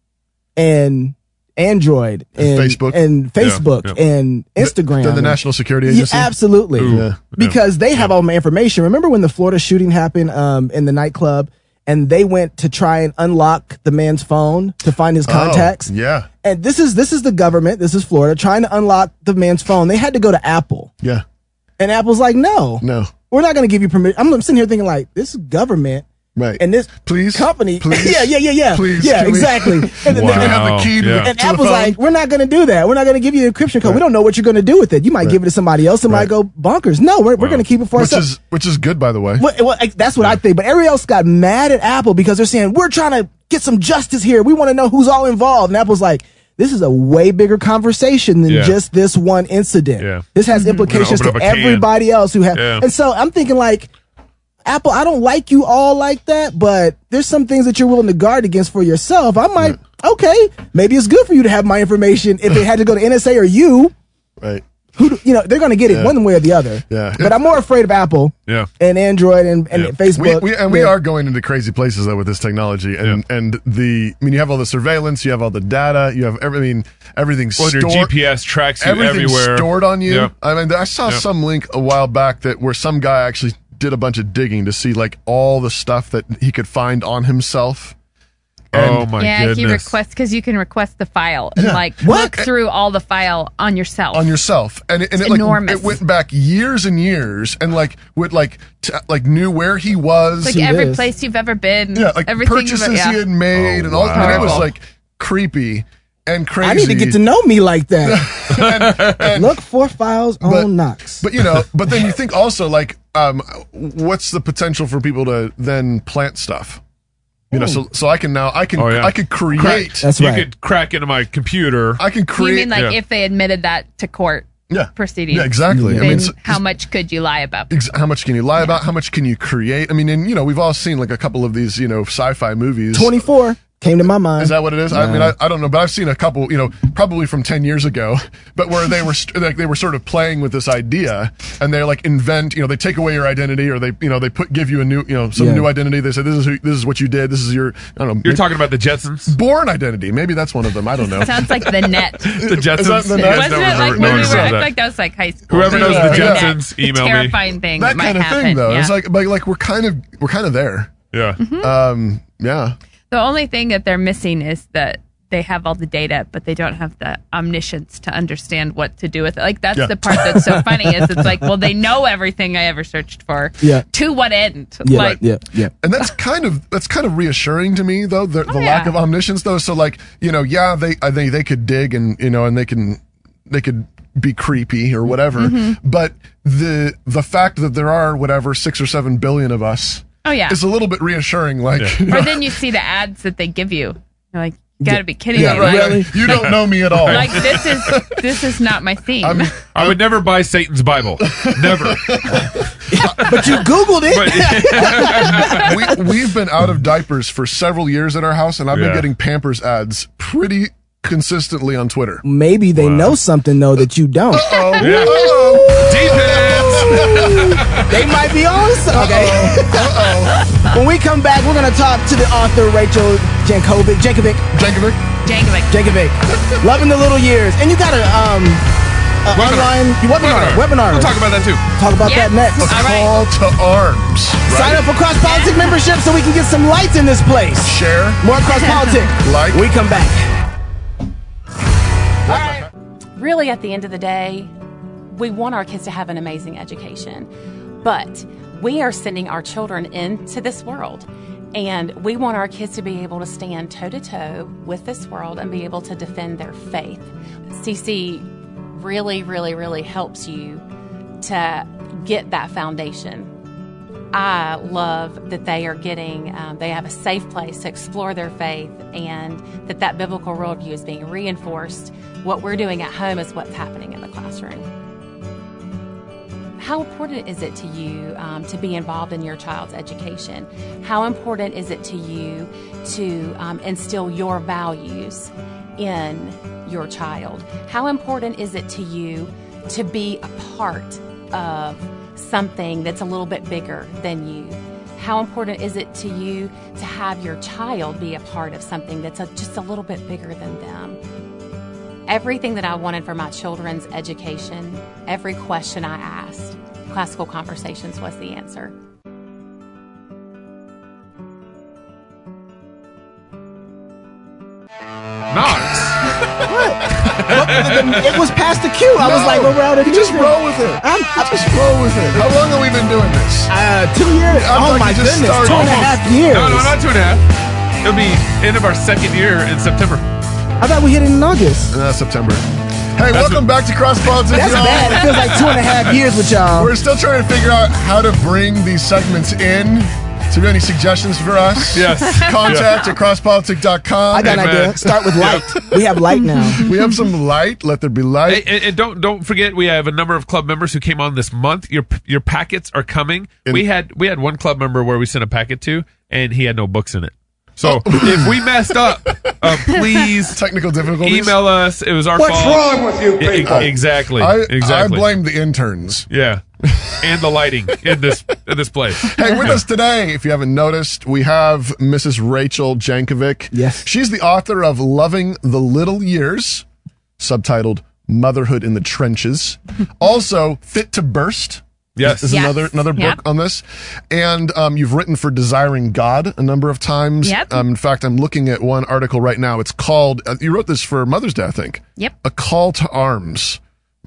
Speaker 10: and Android
Speaker 1: And
Speaker 10: and,
Speaker 1: Facebook.
Speaker 10: and
Speaker 1: Yeah,
Speaker 10: Facebook
Speaker 1: yeah.
Speaker 10: and Instagram.
Speaker 1: They're the
Speaker 10: and-
Speaker 1: National Security
Speaker 10: Yeah,
Speaker 1: Agency.
Speaker 10: absolutely.
Speaker 1: Ooh. Yeah.
Speaker 10: Because they have all my information. Remember when the Florida shooting happened um, in the nightclub and they went to try and unlock the man's phone to find his contacts?
Speaker 1: Oh, yeah.
Speaker 10: And this is this is the government, this is Florida trying to unlock the man's phone. They had to go to Apple.
Speaker 1: Yeah.
Speaker 10: And Apple's like, "No.
Speaker 1: No.
Speaker 10: We're not going to give you permission." I'm, I'm sitting here thinking like, this government
Speaker 1: Right.
Speaker 10: And this
Speaker 1: please
Speaker 10: company,
Speaker 1: please,
Speaker 10: yeah, yeah, yeah, yeah,
Speaker 1: please,
Speaker 10: yeah,
Speaker 1: can we-
Speaker 10: exactly. And, then-
Speaker 1: Wow, Can I have the key to the-
Speaker 10: and
Speaker 1: to the
Speaker 10: Apple's
Speaker 1: phone?
Speaker 10: like, we're not going to do that. We're not going to give you the encryption code. We don't know what you're going to do with it. You might give it to somebody else. Somebody go bonkers. No, we're, we're going to keep it for
Speaker 1: which
Speaker 10: ourselves.
Speaker 1: is which is good by the way.
Speaker 10: Well, well, like, that's what I think. But everybody else got mad at Apple because they're saying we're trying to get some justice here. We want to know who's all involved. And Apple's like, this is a way bigger conversation than
Speaker 11: Yeah.
Speaker 10: just this one incident.
Speaker 11: Yeah. Mm-hmm.
Speaker 10: This has implications
Speaker 11: open
Speaker 10: to
Speaker 11: up a can.
Speaker 10: everybody else who has.
Speaker 11: Yeah.
Speaker 10: And so I'm thinking like. Apple, I don't like you all like that, but there's some things that you're willing to guard against for yourself. I might, okay, maybe it's good for you to have my information if it had to go to NSA or you.
Speaker 1: Right.
Speaker 10: Who, do, you know, they're going to get it
Speaker 1: Yeah.
Speaker 10: one way or the other.
Speaker 1: Yeah.
Speaker 10: But I'm more afraid of Apple
Speaker 11: Yeah.
Speaker 10: and Android and, and
Speaker 1: Yeah.
Speaker 10: Facebook.
Speaker 1: We, we, and we
Speaker 10: Yeah.
Speaker 1: are going into crazy places though with this technology, and and the I mean, you have all the surveillance, you have all the data, you have everything, everything
Speaker 11: Well, your
Speaker 1: stored.
Speaker 11: GPS tracks you
Speaker 1: everything's
Speaker 11: everywhere.
Speaker 1: stored on you.
Speaker 11: Yep.
Speaker 1: I mean, I saw
Speaker 11: Yep.
Speaker 1: some link a while back that where some guy actually did a bunch of digging to see like all the stuff that he could find on himself.
Speaker 11: Oh, my
Speaker 12: yeah, he requests because you can request the file and
Speaker 1: Yeah.
Speaker 12: like
Speaker 1: What?
Speaker 12: look through all the file on yourself.
Speaker 1: on yourself and it, and
Speaker 12: It's
Speaker 1: it like
Speaker 12: enormous.
Speaker 1: it went back years and years and like would like t- like knew where he was
Speaker 12: It's like every place you've ever been.
Speaker 1: yeah like
Speaker 12: everything you've-
Speaker 1: purchases
Speaker 12: yeah.
Speaker 1: he had made
Speaker 11: Oh,
Speaker 1: and all and it was
Speaker 11: wow.
Speaker 1: like creepy and crazy
Speaker 10: I need to get to know me like that.
Speaker 1: and, and-
Speaker 10: Look for files on Knox.
Speaker 1: but you know but then you think also like um what's the potential for people to then plant stuff you know so so I can now I can
Speaker 11: Oh, yeah.
Speaker 1: I could create
Speaker 10: That's
Speaker 11: you
Speaker 10: right.
Speaker 11: could crack into my computer.
Speaker 1: I can
Speaker 12: You
Speaker 1: create
Speaker 12: mean like
Speaker 11: Yeah.
Speaker 12: if they admitted that to court
Speaker 1: yeah
Speaker 12: proceedings?
Speaker 1: yeah exactly I
Speaker 12: Then
Speaker 1: mean so-
Speaker 12: how much could you lie about?
Speaker 1: Ex- how much can you lie about? How much can you create? I mean, and you know, we've all seen like a couple of these, you know, sci-fi movies.
Speaker 10: 24 came to my mind.
Speaker 1: Is that what it is? I mean, I,
Speaker 10: Nah.
Speaker 1: I don't know, but I've seen a couple, you know, probably from ten years ago, but where they were st- like they were sort of playing with this idea, and they like invent, you know, they take away your identity, or they, you know, they put give you a new, you know, some
Speaker 10: Yeah.
Speaker 1: new identity. They say this is who, this is what you did. This is your, I don't know,
Speaker 11: You're
Speaker 1: maybe-
Speaker 11: talking about the Jetsons.
Speaker 1: born identity. Maybe that's one of them. I don't know.
Speaker 12: Sounds like the net.
Speaker 11: The Jetsons.
Speaker 1: Is that the
Speaker 11: You
Speaker 1: net?
Speaker 11: guys
Speaker 12: Wasn't
Speaker 11: don't remember- no one
Speaker 12: it like when we were?
Speaker 11: remembers
Speaker 12: I
Speaker 11: that.
Speaker 12: feel like that was like high school.
Speaker 11: Whoever knows
Speaker 1: the
Speaker 12: Net.
Speaker 11: Jetsons,
Speaker 12: The
Speaker 11: email me.
Speaker 12: Terrifying thing that,
Speaker 1: that kind
Speaker 12: might
Speaker 1: of
Speaker 12: happen.
Speaker 1: thing, though.
Speaker 12: Yeah.
Speaker 1: It's like, like, like we're kind of, we're kind of there.
Speaker 11: Yeah.
Speaker 12: Mm-hmm.
Speaker 1: Um, yeah.
Speaker 12: the only thing that they're missing is that they have all the data, but they don't have the omniscience to understand what to do with it. Like that's
Speaker 1: Yeah.
Speaker 12: the part that's so funny is it's like, well, they know everything I ever searched for.
Speaker 10: Yeah.
Speaker 12: To what end?
Speaker 10: yeah,
Speaker 12: like
Speaker 10: yeah, yeah.
Speaker 1: and that's kind of that's kind of reassuring to me though the, the
Speaker 12: Oh,
Speaker 1: lack
Speaker 12: yeah.
Speaker 1: of omniscience though so like you know yeah they I think they could dig and you know and they can they could be creepy or whatever
Speaker 12: Mm-hmm.
Speaker 1: but the the fact that there are whatever 6 or 7 billion of us
Speaker 12: Oh yeah.
Speaker 1: is a little bit reassuring like
Speaker 12: Or then you see the ads that they give you. You're like, you gotta be kidding
Speaker 1: yeah,
Speaker 12: me.
Speaker 1: right,
Speaker 12: Like,
Speaker 1: you don't know me at all
Speaker 12: like, this is this is not my theme.
Speaker 11: I would never buy Satan's Bible. Never.
Speaker 10: But you Googled it.
Speaker 11: But
Speaker 1: we, we've been out of diapers for several years at our house and I've been
Speaker 11: Yeah.
Speaker 1: getting Pampers ads pretty consistently on Twitter
Speaker 10: Maybe they know something, though, that you don't.
Speaker 1: oh
Speaker 11: Yeah.
Speaker 1: oh
Speaker 11: defense.
Speaker 10: they might be on something. Okay. when we come back, we're going to talk to the author, Rachel Jankovic. Jankovic.
Speaker 1: Jankovic
Speaker 12: Jankovic.
Speaker 10: Jankovic. Loving the little years. And you got a, um, a
Speaker 11: Webinar.
Speaker 10: online webinar. Webinar.
Speaker 11: We'll talk about that too.
Speaker 10: Talk about that
Speaker 12: Yes.
Speaker 10: next.
Speaker 1: a
Speaker 12: All right.
Speaker 1: call to arms
Speaker 10: Sign up for Cross Politic membership so we can get some lights in this place.
Speaker 1: share
Speaker 10: More Cross Politic.
Speaker 1: Like.
Speaker 10: We come back.
Speaker 13: really at the end of the day, we want our kids to have an amazing education, but we are sending our children into this world. And we want our kids to be able to stand toe to toe with this world and be able to defend their faith. CC really, really, really helps you to get that foundation I love that they are getting, um, they have a safe place to explore their faith and that that biblical worldview is being reinforced. What we're doing at home is what's happening in the classroom. How important is it to you um, to be involved in your child's education? How important is it to you to um, instill your values in your child? How important is it to you to be a part of something that's a little bit bigger than you? How important is it to you to have your child be a part of something that's a, just a little bit bigger than them? everything that I wanted for my children's education, every question I asked, classical conversations was the answer.
Speaker 11: Knox.
Speaker 10: Welcome to the it was past the cue. I was
Speaker 1: No.
Speaker 10: like, but we're out of
Speaker 1: You just roll with it.
Speaker 10: I'm,
Speaker 1: just roll with it. How long have we been doing this?
Speaker 10: Uh, two years.
Speaker 1: I'm
Speaker 10: oh
Speaker 1: like,
Speaker 10: my
Speaker 1: you just
Speaker 10: goodness,
Speaker 1: started.
Speaker 10: two and a
Speaker 1: Almost.
Speaker 10: half years.
Speaker 11: No, no, not two and a half. It'll be end of our second year in September.
Speaker 10: I thought we hit it in August.
Speaker 1: Uh, September. Hey, welcome back to Cross Politics.
Speaker 10: That's
Speaker 1: y'all.
Speaker 10: bad. It feels like two and a half years with y'all.
Speaker 1: We're still trying to figure out how to bring these segments in. So, if you have any suggestions for us?
Speaker 11: Yes.
Speaker 1: Contact at crosspolitic.com.
Speaker 10: I got an idea. Start with light. we have light now.
Speaker 1: We have some light. Let there be light.
Speaker 11: And, and- and don't don't forget, we have a number of club members who came on this month. Your your packets are coming. we had we had one club member where we sent a packet to, and he had no books in it.
Speaker 1: Oh.
Speaker 11: So if we messed up, uh, please
Speaker 1: technical difficulties.
Speaker 11: email us. It was our
Speaker 1: What's
Speaker 11: fault.
Speaker 1: wrong with you
Speaker 11: E- e-
Speaker 1: people?
Speaker 11: exactly.
Speaker 1: I,
Speaker 11: exactly.
Speaker 1: I blame the interns.
Speaker 11: Yeah, and the lighting in this in this place.
Speaker 1: Hey, with us today, if you haven't noticed, we have Mrs. Rachel Jankovic. Yes. She's the author of Loving the Little Years, subtitled Motherhood in the Trenches. also, Fit to Burst.
Speaker 11: Yes.
Speaker 1: Is
Speaker 12: Yes.
Speaker 1: another another book
Speaker 12: Yep.
Speaker 1: on this. And um, you've written for Desiring God a number of times.
Speaker 12: Yep.
Speaker 1: Um, in fact, I'm looking at one article right now. It's called, uh, you wrote this for Mother's Day, I think.
Speaker 12: Yep.
Speaker 1: A Call to Arms.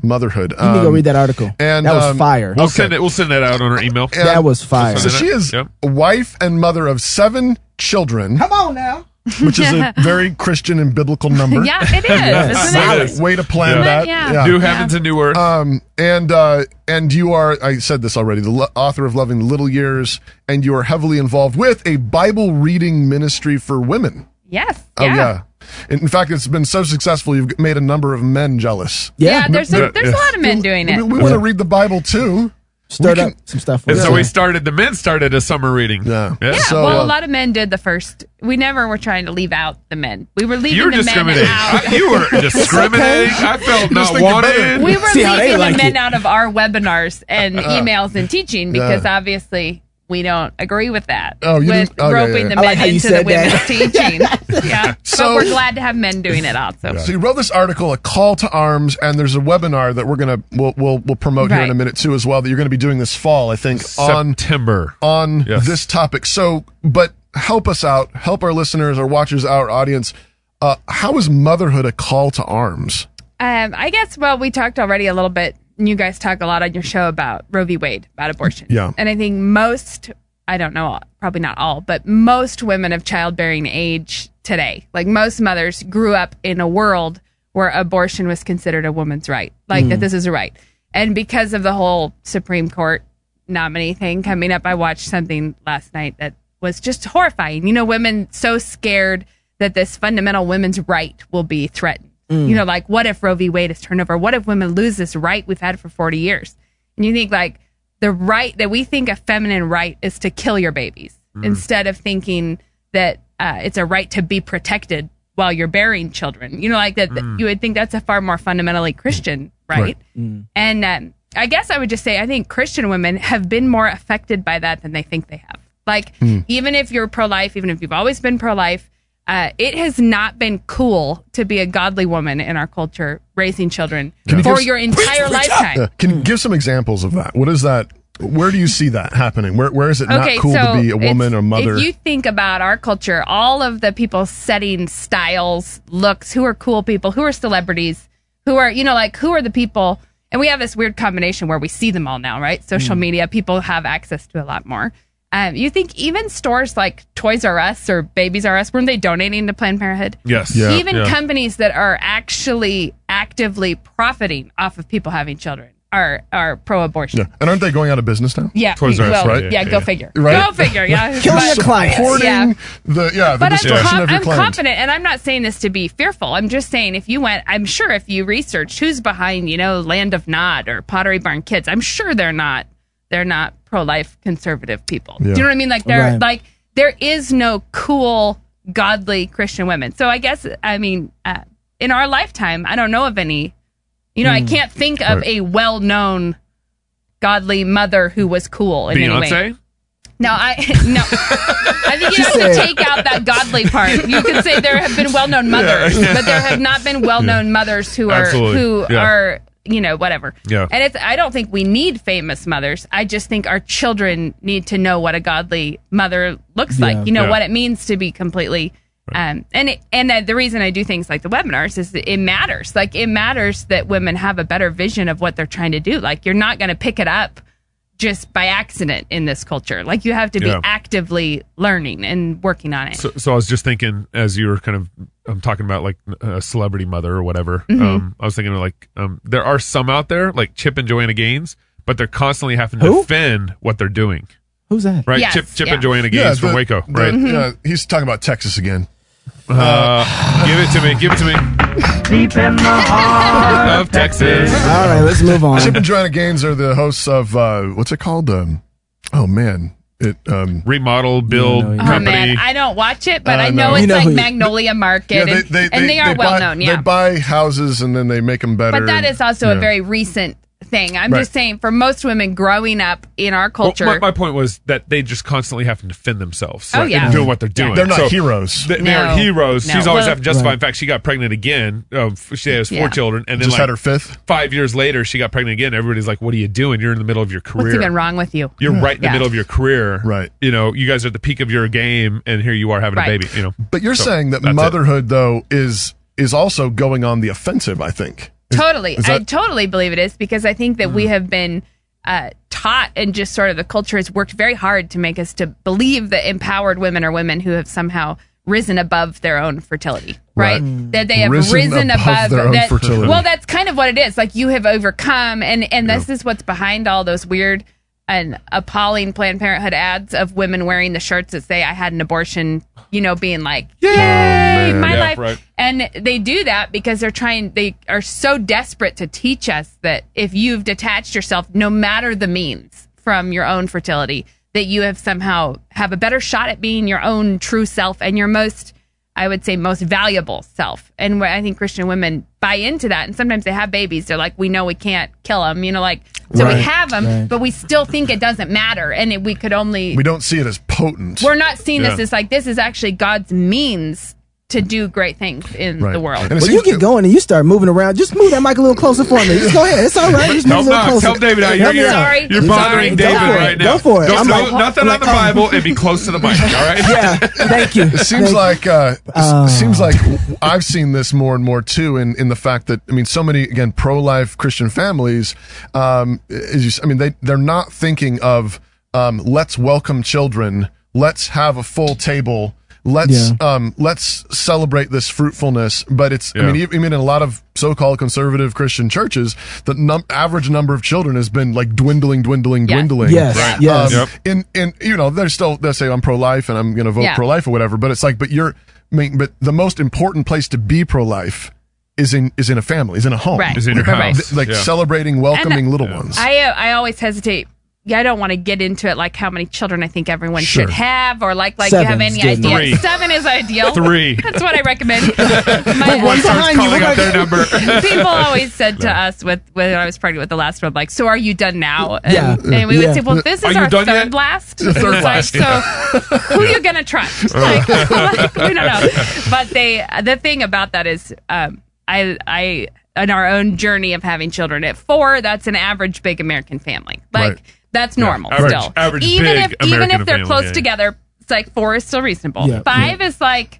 Speaker 1: Motherhood. Um,
Speaker 10: You need to go read that article.
Speaker 1: And
Speaker 10: that was
Speaker 1: um,
Speaker 10: fire.
Speaker 11: We'll send it. We'll send that out on our email.
Speaker 1: and-
Speaker 10: That was fire.
Speaker 1: So she is
Speaker 11: Yep.
Speaker 1: wife and mother of seven children,
Speaker 10: Come on now.
Speaker 1: which is a very Christian and biblical number.
Speaker 12: Yeah, it is. Isn't it?
Speaker 1: Wow, Way to plan
Speaker 11: Yeah.
Speaker 1: that.
Speaker 12: Yeah.
Speaker 11: New heavens and new earth.
Speaker 1: Um, and uh, and you are, I said this already, the lo- author of Loving the Little Years, and you are heavily involved with a Bible reading ministry for women.
Speaker 12: Yes.
Speaker 1: Oh yeah. In in fact, it's been so successful, you've made a number of men jealous.
Speaker 12: Yeah, there's a, there's
Speaker 1: Yeah.
Speaker 12: a lot of men doing
Speaker 1: We,
Speaker 12: it.
Speaker 1: we want to read the Bible too.
Speaker 10: Stirred
Speaker 1: We
Speaker 10: up some stuff.
Speaker 11: and
Speaker 10: us.
Speaker 11: so we started. The men started a summer reading. Yeah.
Speaker 12: Yeah,
Speaker 1: uh,
Speaker 12: well, a lot of men did the first. We never were trying to leave out the men. We were leaving
Speaker 11: You're
Speaker 12: the men
Speaker 11: discriminating.
Speaker 12: out.
Speaker 11: I- you were discriminating. I felt
Speaker 1: Just
Speaker 11: not
Speaker 1: think about it.
Speaker 11: wanted.
Speaker 12: We were
Speaker 10: See how they
Speaker 12: leaving
Speaker 10: like
Speaker 12: the men
Speaker 10: it.
Speaker 12: out of our webinars and
Speaker 1: Uh,
Speaker 12: emails and teaching because obviously we don't agree with that.
Speaker 1: Oh, you
Speaker 12: with
Speaker 1: didn't- oh, yeah, yeah.
Speaker 12: roping the
Speaker 10: I
Speaker 12: men
Speaker 10: like how you
Speaker 12: into the
Speaker 10: said
Speaker 12: women's
Speaker 10: that.
Speaker 12: teaching. yeah,
Speaker 1: So-
Speaker 12: but we're glad to have men doing it also.
Speaker 1: So you wrote this article, a call to arms, and there's a webinar that we're gonna we'll we'll, we'll promote here in a
Speaker 12: Right.
Speaker 1: minute too as well that you're gonna be doing this fall, I think, on
Speaker 11: September.
Speaker 1: on
Speaker 11: Yes.
Speaker 1: this topic. So, but help us out, help our listeners, our watchers, our audience. Uh, how is motherhood a call to arms?
Speaker 12: Um, I guess, well, we talked already a little bit, and you guys talk a lot on your show about Roe v. Wade, about abortion.
Speaker 1: Yeah.
Speaker 12: And I think most, I don't know, probably not all, but most women of childbearing age today, like most mothers, grew up in a world where abortion was considered a woman's right, like that this is a right. And because of the whole Supreme Court nominee thing coming up, I watched something last night that was just horrifying. You know, women so scared that this fundamental women's right will be threatened. You know, like what if Roe v. Wade is turned over? What if women lose this right we've had for 40 years? And you think like the right that we think a feminine right is to kill your babies instead of thinking that uh, it's a right to be protected while you're bearing children. You know, like that that you would think that's a far more fundamentally Christian right. And um, I guess I would just say I think Christian women have been more affected by that than they think they have. Like, even if you're pro life, even if you've always been pro life, uh, it has not been cool to be a godly woman in our culture, raising children
Speaker 1: you
Speaker 12: for
Speaker 1: give-
Speaker 12: your entire lifetime.
Speaker 1: Uh, can you give some examples of that? What is that? Where do you see that happening? Where where is it not cool to be a woman
Speaker 12: it's-
Speaker 1: or mother?
Speaker 12: If you think about our culture, all of the people setting styles, looks, who are cool people, who are celebrities, who are, you know, like who are the people, and we have this weird combination where we see them all now, right? Social
Speaker 1: Hmm.
Speaker 12: media, people have access to a lot more. Um, you think even stores like Toys R Us or Babies R Us, weren't they donating to Planned Parenthood?
Speaker 11: yes.
Speaker 1: Yeah.
Speaker 12: even companies that are actually actively profiting off of people having children are are pro-abortion.
Speaker 1: yeah. And aren't they going out of business now?
Speaker 12: Yeah.
Speaker 11: Toys R Us,
Speaker 12: well,
Speaker 11: right?
Speaker 12: Yeah,
Speaker 11: Yeah,
Speaker 12: go
Speaker 11: yeah.
Speaker 12: figure.
Speaker 1: Right.
Speaker 12: Go figure. Yeah.
Speaker 10: Killing
Speaker 12: But-
Speaker 10: your clients.
Speaker 1: Supporting
Speaker 12: Yeah.
Speaker 1: the yeah the
Speaker 12: But I'm,
Speaker 1: destruction
Speaker 12: com-
Speaker 1: of your
Speaker 12: I'm
Speaker 1: client.
Speaker 12: confident, and I'm not saying this to be fearful. I'm just saying if you went, I'm sure if you researched who's behind, you know, Land of Nod or Pottery Barn Kids, I'm sure they're not they're not pro life conservative people. Do
Speaker 1: Yeah.
Speaker 12: you know what I mean? Like they're
Speaker 10: Right.
Speaker 12: like there is no cool godly Christian women. So I guess I mean uh, in our lifetime, I don't know of any. You know,
Speaker 11: Hmm.
Speaker 12: I can't think of
Speaker 1: Right.
Speaker 12: a well known godly mother who was cool in any way.
Speaker 11: Beyonce.
Speaker 12: No, I no. I think you have to take out that godly part. You could say there have been well-known mothers, but there have not been well-known mothers who are
Speaker 11: Absolutely.
Speaker 12: who
Speaker 11: Yeah.
Speaker 12: are you know whatever.
Speaker 11: Yeah.
Speaker 12: And it's I don't think we need famous mothers. I just think our children need to know what a godly mother looks
Speaker 10: Yeah.
Speaker 12: like. You know
Speaker 11: Yeah.
Speaker 12: what it means to be completely Um, and it, and uh, the reason I do things like the webinars is that it matters. Like it matters that women have a better vision of what they're trying to do. Like you're not going to pick it up just by accident in this culture. Like you have to
Speaker 11: Yeah.
Speaker 12: be actively learning and working on it.
Speaker 11: So, so I was just thinking, as you were kind of um, talking about like a celebrity mother or whatever,
Speaker 12: Mhm.
Speaker 11: um, I was thinking like um, there are some out there like Chip and Joanna Gaines, but they're constantly having to defend what they're doing.
Speaker 10: Who's that?
Speaker 11: Right, Chip, Chip and Joanna Gaines
Speaker 1: Yeah,
Speaker 11: from
Speaker 1: the-
Speaker 11: Waco.
Speaker 1: the-
Speaker 11: Right,
Speaker 1: yeah, he's talking about Texas again.
Speaker 12: Mm-hmm.
Speaker 11: Uh, give it to me. Give it to me.
Speaker 1: Deep in the heart
Speaker 11: of Texas.
Speaker 10: All right, let's move on.
Speaker 1: Chip and Joanna Gaines are the hosts of uh, what's it called? Um, oh man, it um,
Speaker 11: remodel build
Speaker 12: Oh man, I don't watch it, but
Speaker 1: Uh,
Speaker 12: I know
Speaker 1: no.
Speaker 12: it's
Speaker 1: You know
Speaker 12: like
Speaker 1: who you-
Speaker 12: Magnolia Market, and, and they are well
Speaker 1: buy,
Speaker 12: known. Yeah,
Speaker 1: they buy houses and then they make them better.
Speaker 12: but that is also
Speaker 1: Yeah.
Speaker 12: a very recent thing. I'm
Speaker 1: Right.
Speaker 12: just saying, for most women growing up in our
Speaker 11: Well,
Speaker 12: culture,
Speaker 11: my, my point was that they just constantly have to defend themselves.
Speaker 12: Oh,
Speaker 11: like,
Speaker 12: yeah.
Speaker 11: and doing what they're
Speaker 1: Yeah.
Speaker 11: doing.
Speaker 1: They're not heroes.
Speaker 11: They, they
Speaker 1: No.
Speaker 11: aren't heroes.
Speaker 1: No.
Speaker 11: She's always
Speaker 1: Well-
Speaker 11: having to justify.
Speaker 1: Right.
Speaker 11: In fact, she got pregnant again. Uh, f- she has four
Speaker 12: Yeah.
Speaker 11: children, and then
Speaker 1: Just
Speaker 11: like,
Speaker 1: had her fifth.
Speaker 11: Five years later, she got pregnant again. Everybody's like, "What are you doing? You're in the middle of your career.
Speaker 12: what's even wrong with you?
Speaker 11: You're right in the
Speaker 12: Yeah.
Speaker 11: middle of your career.
Speaker 1: Right.
Speaker 11: You know, you guys are at the peak of your game, and here you are having
Speaker 12: Right.
Speaker 11: a baby. You know,
Speaker 1: But you're
Speaker 11: So,
Speaker 1: saying that
Speaker 11: that's it.
Speaker 1: motherhood though is is also going on the offensive. I think. Is-
Speaker 12: Totally,
Speaker 1: is
Speaker 12: I
Speaker 1: that- Mm.
Speaker 12: totally believe it is because I think that we have been uh, taught and just sort of the culture has worked very hard to make us to believe that empowered women are women who have somehow risen above their own fertility, right?
Speaker 1: Right.
Speaker 12: That they have
Speaker 1: Risen
Speaker 12: risen,
Speaker 1: above
Speaker 12: above,
Speaker 1: their own
Speaker 12: that,
Speaker 1: fertility.
Speaker 12: Well, that's kind of what it is. Like you have overcome, and and this is what's behind all those weird and appalling Planned Parenthood ads of women wearing the shirts that say "I had an abortion," you know, being like, "Yay,
Speaker 11: Oh, man.
Speaker 12: my
Speaker 11: Yeah,
Speaker 12: life!"
Speaker 11: right.
Speaker 12: And they do that because they're trying, they are so desperate to teach us that if you've detached yourself, no matter the means, from your own fertility, that you have somehow have a better shot at being your own true self and your most, I would say, most valuable self. And where I think Christian women buy into that. And sometimes they have babies. They're like, we know we can't kill them, you know, like, so
Speaker 1: Right,
Speaker 12: we have them,
Speaker 1: right.
Speaker 12: but we still think it doesn't matter. And it, we could only,
Speaker 1: we don't see it as potent.
Speaker 12: we're not seeing
Speaker 1: Yeah.
Speaker 12: this as like, this is actually God's means to do great things in the world.
Speaker 10: Well, you get going and you start moving around. Just move that mic a little closer for me. Just go ahead. It's all right. Just move
Speaker 11: Help
Speaker 10: a little
Speaker 11: Knox.
Speaker 10: closer.
Speaker 11: Help David out.
Speaker 10: Help
Speaker 11: You're,
Speaker 10: me
Speaker 11: you're,
Speaker 10: out.
Speaker 11: you're bothering
Speaker 10: Go
Speaker 11: David
Speaker 10: for it.
Speaker 11: right now.
Speaker 10: Go for it.
Speaker 11: Don't,
Speaker 10: I'm
Speaker 11: no,
Speaker 10: like-
Speaker 11: nothing
Speaker 10: like,
Speaker 11: on the
Speaker 10: um,
Speaker 11: Bible and be close to the mic. All right.
Speaker 10: Yeah. Thank you.
Speaker 1: It seems like uh, it seems like w- I've seen this more and more too. In in the fact that I mean, so many again pro-life Christian families, um, is just, I mean, they they're not thinking of um, let's welcome children, let's have a full table, let's um, let's celebrate this fruitfulness. But it's I mean,
Speaker 11: Yeah.
Speaker 1: e- even in a lot of so-called conservative Christian churches, the num- average number of children has been like dwindling, dwindling,
Speaker 11: Yeah.
Speaker 1: dwindling. Um,
Speaker 11: Yes, Right. yes. Yep.
Speaker 1: In in you know, they're still they say I'm pro-life and I'm going to vote
Speaker 11: Yeah.
Speaker 1: pro-life or whatever. But it's like, but you're, I mean, but the most important place to be pro-life is in is in a family, is in a home,
Speaker 12: Right. Is in your Right. house.
Speaker 1: like
Speaker 12: Yeah.
Speaker 1: celebrating, welcoming little ones.
Speaker 12: I uh, I always hesitate. Yeah, I don't want to get into it like how many children I think everyone
Speaker 1: Sure.
Speaker 12: should have, or like like you have
Speaker 1: Seven's
Speaker 12: any
Speaker 1: good
Speaker 12: idea.
Speaker 1: enough. Three.
Speaker 12: Seven is ideal.
Speaker 11: Three.
Speaker 12: That's what I recommend.
Speaker 11: One starts calling out their number.
Speaker 12: People always said to us with when I was pregnant with the last one, like, "So are you done now?" And,
Speaker 11: Yeah.
Speaker 12: and we
Speaker 11: Yeah.
Speaker 12: would say, "Well, this
Speaker 11: Are
Speaker 12: is
Speaker 11: you
Speaker 12: our
Speaker 11: done
Speaker 12: third
Speaker 11: yet?
Speaker 12: last."
Speaker 11: Third
Speaker 12: It's like,
Speaker 11: last,
Speaker 12: so
Speaker 11: yeah. Oh.
Speaker 12: who you gonna trust? Like, like, we don't know. But they, the thing about that is, um, I, I, in our own journey of having children at four, that's an average big American family. Like
Speaker 11: Right.
Speaker 12: that's normal
Speaker 11: average-
Speaker 12: still.
Speaker 11: average
Speaker 12: even
Speaker 11: big
Speaker 12: if even
Speaker 11: American
Speaker 12: if they're
Speaker 11: family,
Speaker 12: close
Speaker 11: yeah, yeah.
Speaker 12: together, it's like four is still reasonable.
Speaker 11: Yeah,
Speaker 12: Five is like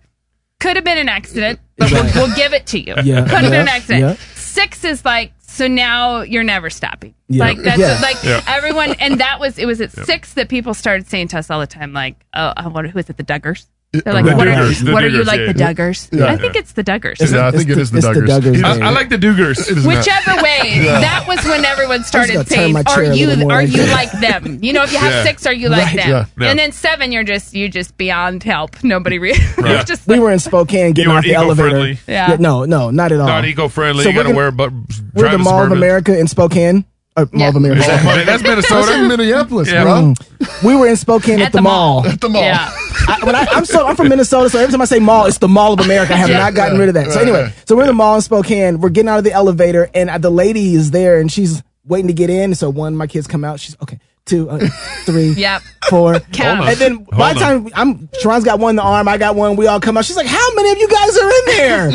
Speaker 12: could have been an accident, but we'll, we'll give it to you.
Speaker 11: Yeah,
Speaker 12: Could have been an
Speaker 11: yeah,
Speaker 12: accident.
Speaker 11: yeah.
Speaker 12: Six is like so now you're never stopping.
Speaker 11: Yeah.
Speaker 12: Like that's
Speaker 11: Yeah.
Speaker 12: like
Speaker 11: Yeah.
Speaker 12: everyone, and that was it was at six that people started saying to us all the time, like, oh, I wonder who is it, the Duggars? They're like,
Speaker 11: The
Speaker 12: what,
Speaker 11: Duggars,
Speaker 12: are,
Speaker 11: the
Speaker 12: what are you
Speaker 11: Duggars,
Speaker 12: like,
Speaker 11: yeah,
Speaker 12: the
Speaker 11: yeah.
Speaker 12: Duggars?
Speaker 11: Yeah.
Speaker 12: I think it's the Duggers.
Speaker 1: yeah, I think it is the
Speaker 10: it's the
Speaker 1: Duggers.
Speaker 10: Duggers,
Speaker 11: I, I like the Dugars.
Speaker 1: It is not-
Speaker 12: Whichever way,
Speaker 1: Yeah.
Speaker 12: that was when everyone
Speaker 10: gonna
Speaker 12: started
Speaker 10: turn
Speaker 12: saying,
Speaker 10: my chair
Speaker 12: "Are
Speaker 10: a little
Speaker 12: you
Speaker 10: more
Speaker 12: are
Speaker 10: like
Speaker 12: you
Speaker 10: that.
Speaker 12: like them?" You know, if you have
Speaker 10: Yeah.
Speaker 12: six, are you like
Speaker 10: Right.
Speaker 12: them?
Speaker 10: Yeah. Yeah.
Speaker 12: And then seven, you're just you just beyond help. Nobody really.
Speaker 11: Yeah.
Speaker 12: just
Speaker 10: we were in Spokane getting
Speaker 11: You are
Speaker 10: off the elevator.
Speaker 11: eco-friendly.
Speaker 12: Yeah.
Speaker 10: No, no, not at all.
Speaker 11: Not eco-friendly.
Speaker 10: So
Speaker 11: you
Speaker 10: we're
Speaker 11: got to
Speaker 10: gonna-
Speaker 11: wear but
Speaker 10: We're the Mall of America in Spokane. Uh, Mall of America.
Speaker 11: That's Minnesota.
Speaker 1: That's in Minneapolis,
Speaker 11: Yeah.
Speaker 1: bro.
Speaker 10: Mm. We were in Spokane at, the, mall.
Speaker 1: At the mall.
Speaker 10: I, when I, I'm so I'm from Minnesota, so every time I say mall, it's the Mall of America. I have
Speaker 1: Yeah.
Speaker 10: not gotten rid of that. So
Speaker 1: Right,
Speaker 10: anyway,
Speaker 1: right.
Speaker 10: so we're in the mall in Spokane. We're getting out of the elevator, and uh, the lady is there, and she's waiting to get in. So one, my kids come out. She's okay. two, uh, three,
Speaker 12: Yep.
Speaker 10: four.
Speaker 12: Count 'em.
Speaker 10: And then
Speaker 12: Hold
Speaker 10: by the
Speaker 12: on.
Speaker 10: time I'm, Sharon's got one in the arm, I got one. We all come out. She's like, "How many of you guys are in there?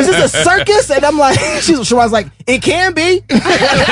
Speaker 10: Is this a circus?" And I'm like, she's, Sharon's like, "It can be." Leave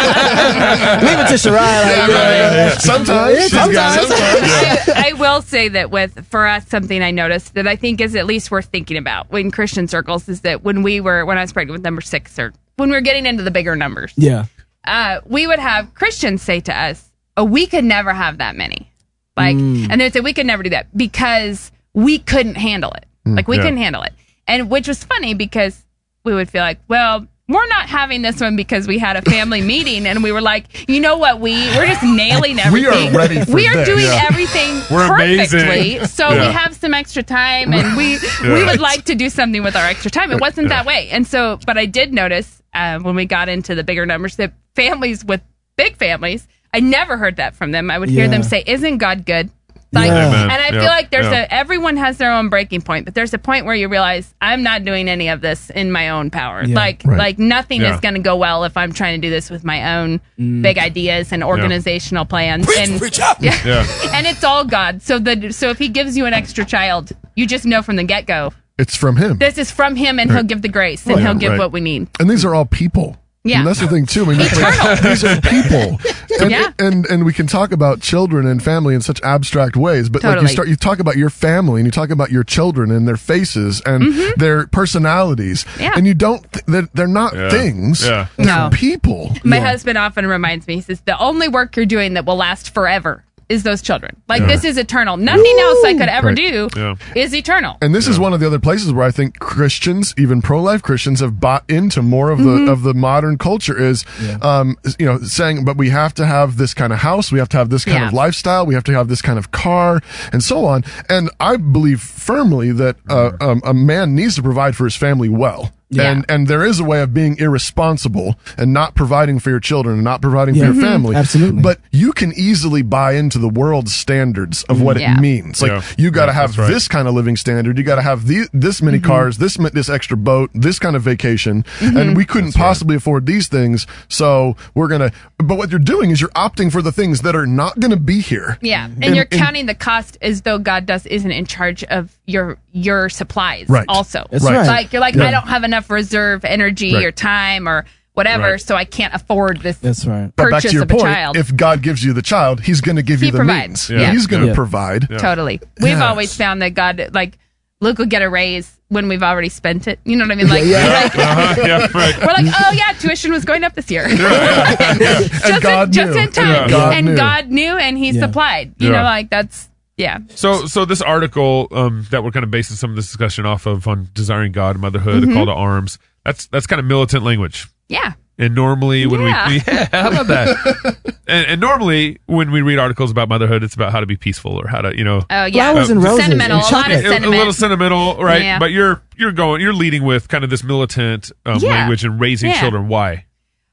Speaker 10: it to Sharon.
Speaker 1: Yeah,
Speaker 10: Like,
Speaker 1: right, yeah. Sometimes she's got it,
Speaker 12: I, I will say that with for us something I noticed that I think is at least worth thinking about in Christian circles is that when we were when I was pregnant with number six or when we were getting into the bigger numbers,
Speaker 10: Yeah.
Speaker 12: uh, we would have Christians say to us, "Oh, we could never have that many," like,
Speaker 14: Mm.
Speaker 12: and they'd say, "We could never do that because we couldn't handle it.
Speaker 14: Mm,
Speaker 12: like, we
Speaker 14: yeah.
Speaker 12: couldn't handle it," and which was funny because we would feel like, well. We're not having this one because we had a family meeting and we were like, you know what, we we're just nailing
Speaker 14: We are
Speaker 12: everything.
Speaker 14: ready for
Speaker 12: We are
Speaker 14: this.
Speaker 12: doing
Speaker 14: Yeah.
Speaker 12: everything
Speaker 14: We're amazing.
Speaker 12: perfectly. So
Speaker 14: Yeah.
Speaker 12: we have some extra time and we we
Speaker 14: Yeah.
Speaker 12: would like to do something with our extra time. It wasn't
Speaker 14: Yeah.
Speaker 12: that way. And so, but I did notice uh, when we got into the bigger numbers that families with big families, I never heard that from them. I would hear them
Speaker 14: Yeah.
Speaker 12: say, Isn't God good? Like,
Speaker 14: Yeah. Amen.
Speaker 12: and I
Speaker 14: Yeah.
Speaker 12: feel like there's
Speaker 14: Yeah.
Speaker 12: a, everyone has their own breaking point, but there's a point where you realize I'm not doing any of this in my own power.
Speaker 14: Yeah.
Speaker 12: Like,
Speaker 14: Right.
Speaker 12: like nothing
Speaker 14: Yeah.
Speaker 12: is going to go well if I'm trying to do this with my own
Speaker 14: Mm.
Speaker 12: big ideas and organizational plans. and, Yeah and it's all God. So the so if He gives you an extra child, you just know from the get go
Speaker 1: It's from him.
Speaker 12: this is from Him, and He'll give the grace, and
Speaker 1: Right. Oh,
Speaker 12: He'll give
Speaker 1: Right.
Speaker 12: what we need.
Speaker 1: And these are all people.
Speaker 12: Yeah.
Speaker 1: And that's the thing too. I mean, it's like, these are people. And,
Speaker 12: Yeah.
Speaker 1: and and we can talk about children and family in such abstract ways, but like you
Speaker 12: Totally.
Speaker 1: start you talk about your family and you talk about your children and their faces and their personalities.
Speaker 12: Mm-hmm. Yeah.
Speaker 1: And you don't th- they're, they're not
Speaker 11: Yeah.
Speaker 1: things.
Speaker 11: Yeah.
Speaker 1: They're
Speaker 12: No.
Speaker 1: people.
Speaker 12: My husband often reminds me. He says the only work you're doing that will last forever is those children. Like
Speaker 1: Yeah.
Speaker 12: this is eternal. Nothing else I could ever
Speaker 1: Right.
Speaker 12: do
Speaker 1: Yeah.
Speaker 12: is eternal.
Speaker 1: And this is one of the other places where I think Christians, even pro-life Christians, have bought into more of the
Speaker 11: Mm-hmm.
Speaker 12: Mhm.
Speaker 1: of the modern culture is, um, is, you know, saying, but we have to have this kind of house, we have to have this kind of
Speaker 12: Yeah.
Speaker 1: lifestyle, we have to have this kind of car, and so on. And I believe firmly that uh, um, a man needs to provide for his family well.
Speaker 11: Yeah.
Speaker 1: And and there is a way of being irresponsible and not providing for your children and not providing
Speaker 11: Yeah.
Speaker 1: for your
Speaker 11: Mhm.
Speaker 1: family.
Speaker 11: Absolutely.
Speaker 1: But you can easily buy into the world's standards of what
Speaker 11: Yeah.
Speaker 1: it means. Like
Speaker 11: Yeah.
Speaker 1: you got to
Speaker 11: Yeah,
Speaker 1: have
Speaker 11: that's right.
Speaker 1: this kind of living standard. You got to have the, this
Speaker 12: Mm-hmm.
Speaker 1: many cars, this mi- this extra boat, this kind of vacation, and
Speaker 11: Mhm.
Speaker 1: we couldn't possibly afford these things. So we're gonna. But what you're doing is you're opting for the things that are not gonna be here.
Speaker 12: Yeah, and,
Speaker 1: And-
Speaker 12: you're
Speaker 1: and-
Speaker 12: counting the cost as though God does isn't in charge of your your supplies.
Speaker 1: Right.
Speaker 12: Also,
Speaker 1: That's Right. right.
Speaker 12: like you're like
Speaker 1: Yeah.
Speaker 12: I don't have enough reserve energy
Speaker 1: Right.
Speaker 12: or time or whatever,
Speaker 1: Right.
Speaker 12: so I can't afford this.
Speaker 10: That's right.
Speaker 1: But back
Speaker 12: Purchase
Speaker 1: to your
Speaker 12: of a
Speaker 1: point,
Speaker 12: child.
Speaker 1: if God gives you the child, He's gonna give
Speaker 12: He
Speaker 1: you the
Speaker 12: provides.
Speaker 1: means.
Speaker 12: Yeah.
Speaker 1: He's gonna
Speaker 12: Yeah.
Speaker 1: provide.
Speaker 12: Totally. We've
Speaker 1: Yeah.
Speaker 12: always found that God, like, Luke will get a raise when we've already spent it. You know what I mean? Like,
Speaker 1: Yeah.
Speaker 12: we're
Speaker 11: Uh,
Speaker 12: like-
Speaker 1: Uh-huh. Yeah, right.
Speaker 12: we're like, oh yeah, tuition was going up this year.
Speaker 1: and God
Speaker 12: just
Speaker 1: knew.
Speaker 12: in time.
Speaker 11: Yeah.
Speaker 1: God
Speaker 12: and
Speaker 1: knew.
Speaker 12: God knew and he
Speaker 11: Yeah.
Speaker 12: supplied. You
Speaker 11: Yeah.
Speaker 12: know, like that's, yeah.
Speaker 11: So, so this article um, that we're kind of basing some of this discussion off of on desiring God, motherhood, a
Speaker 12: Mhm.
Speaker 11: call to arms. That's that's kind of militant language.
Speaker 12: Yeah.
Speaker 11: And normally when
Speaker 12: Yeah.
Speaker 11: we yeah, how about that? and, and normally when we read articles about motherhood, it's about how to be peaceful or how to you know
Speaker 12: Oh, yeah. Flowers and roses Sentimental, and a lot of chocolate.
Speaker 11: A- a little
Speaker 12: sentiment.
Speaker 11: sentimental, right?
Speaker 12: Yeah.
Speaker 11: But you're you're going you're leading with kind of this militant um,
Speaker 12: Yeah.
Speaker 11: language and raising
Speaker 12: Yeah.
Speaker 11: children. Why?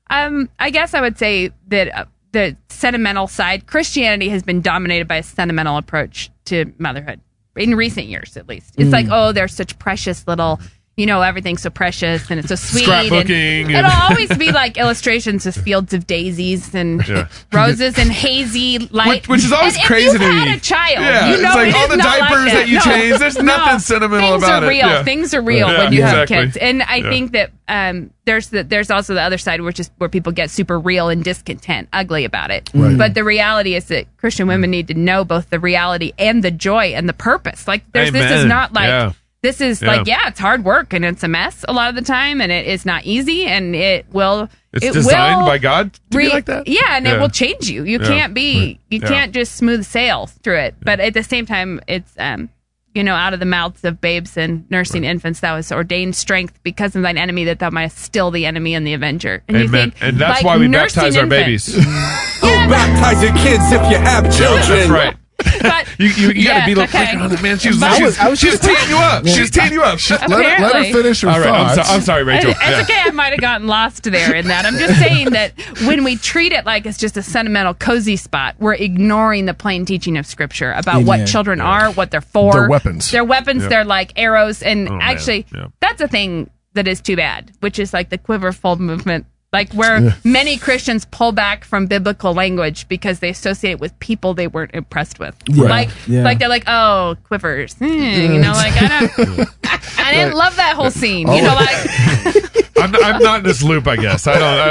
Speaker 12: Um, I guess I would say that uh, the sentimental side, Christianity has been dominated by a sentimental approach to motherhood in recent years, at least. It's
Speaker 14: Mm.
Speaker 12: like, oh, they're such precious little, you know, everything's so precious and it's so sweet. and-
Speaker 11: Scrapbooking and-
Speaker 12: it'll always be like illustrations of fields of daisies and
Speaker 11: Yeah.
Speaker 12: roses and hazy light,
Speaker 11: uh, Which- which is always
Speaker 12: And if
Speaker 11: crazy
Speaker 12: you
Speaker 11: to
Speaker 12: had
Speaker 11: me.
Speaker 12: a child,
Speaker 11: Yeah,
Speaker 12: you
Speaker 11: it's
Speaker 12: know,
Speaker 11: like
Speaker 12: it
Speaker 11: all
Speaker 12: is
Speaker 11: the
Speaker 12: not like
Speaker 11: diapers that you change, there's nothing sentimental
Speaker 12: Things
Speaker 11: about
Speaker 12: are
Speaker 11: it.
Speaker 12: real.
Speaker 11: Yeah.
Speaker 12: Things are real
Speaker 11: Yeah,
Speaker 12: when you
Speaker 11: exactly.
Speaker 12: have kids, and I
Speaker 11: Yeah.
Speaker 12: think that um, there's the, there's also the other side, which is where people get super real and discontent, ugly about it.
Speaker 14: Right.
Speaker 12: But the reality is that Christian women need to know both the reality and the joy and the purpose. Like there's, this is
Speaker 14: Amen.
Speaker 12: not like.
Speaker 14: Yeah.
Speaker 12: This is
Speaker 14: Yeah.
Speaker 12: like, yeah, it's hard work and it's a mess a lot of the time, and it is not easy, and it will.
Speaker 11: It's
Speaker 12: it
Speaker 11: designed
Speaker 12: will
Speaker 11: by God to
Speaker 12: re-
Speaker 11: be like that.
Speaker 12: Yeah, and
Speaker 11: Yeah.
Speaker 12: it will change you. You
Speaker 11: Yeah.
Speaker 12: can't be,
Speaker 11: Right.
Speaker 12: you
Speaker 11: Yeah.
Speaker 12: can't just smooth sail through it. But at the same time, it's, um, you know, out of the mouths of babes and nursing infants, that was ordained strength because of thine enemy, that thou mightest still the enemy and the avenger. And you
Speaker 11: Amen.
Speaker 12: think,
Speaker 11: And that's
Speaker 12: like,
Speaker 11: why we
Speaker 12: nursing
Speaker 11: baptize our
Speaker 12: infants-
Speaker 11: babies. Oh,
Speaker 4: Baptize your kids if you have
Speaker 11: That's
Speaker 4: children.
Speaker 11: right. you you, you gotta
Speaker 12: yeah,
Speaker 11: be like,
Speaker 12: okay.
Speaker 11: "Look, oh, man, she's,
Speaker 12: I was-
Speaker 11: she's,
Speaker 12: I was
Speaker 11: she's
Speaker 12: just-
Speaker 11: teeing you up. She's teeing you up. She's,
Speaker 12: let her- let her Apparently. finish her
Speaker 11: All right, I'm,
Speaker 1: thoughts.
Speaker 11: so, I'm sorry, Rachel.
Speaker 12: It's it's okay. I might have gotten lost there in that. I'm just saying that when we treat it like it's just a sentimental cozy spot, we're ignoring the plain teaching of Scripture about
Speaker 1: Amen.
Speaker 12: what children are, what they're for,
Speaker 1: They're weapons.
Speaker 12: They're weapons.
Speaker 1: Yeah.
Speaker 12: They're like arrows, and
Speaker 1: Oh, man.
Speaker 12: actually,
Speaker 1: Yeah.
Speaker 12: that's a thing that is too bad, which is like the quiver fold movement. like where
Speaker 1: Yeah.
Speaker 12: many Christians pull back from biblical language because they associate it with people they weren't impressed with.
Speaker 1: Right.
Speaker 12: Like,
Speaker 1: Yeah.
Speaker 12: like they're like, oh, quivers, Hmm, you know, like I don't, I didn't love that whole scene,
Speaker 1: Oh.
Speaker 12: you know, like
Speaker 11: I'm, I'm not in this loop, I guess. I don't. I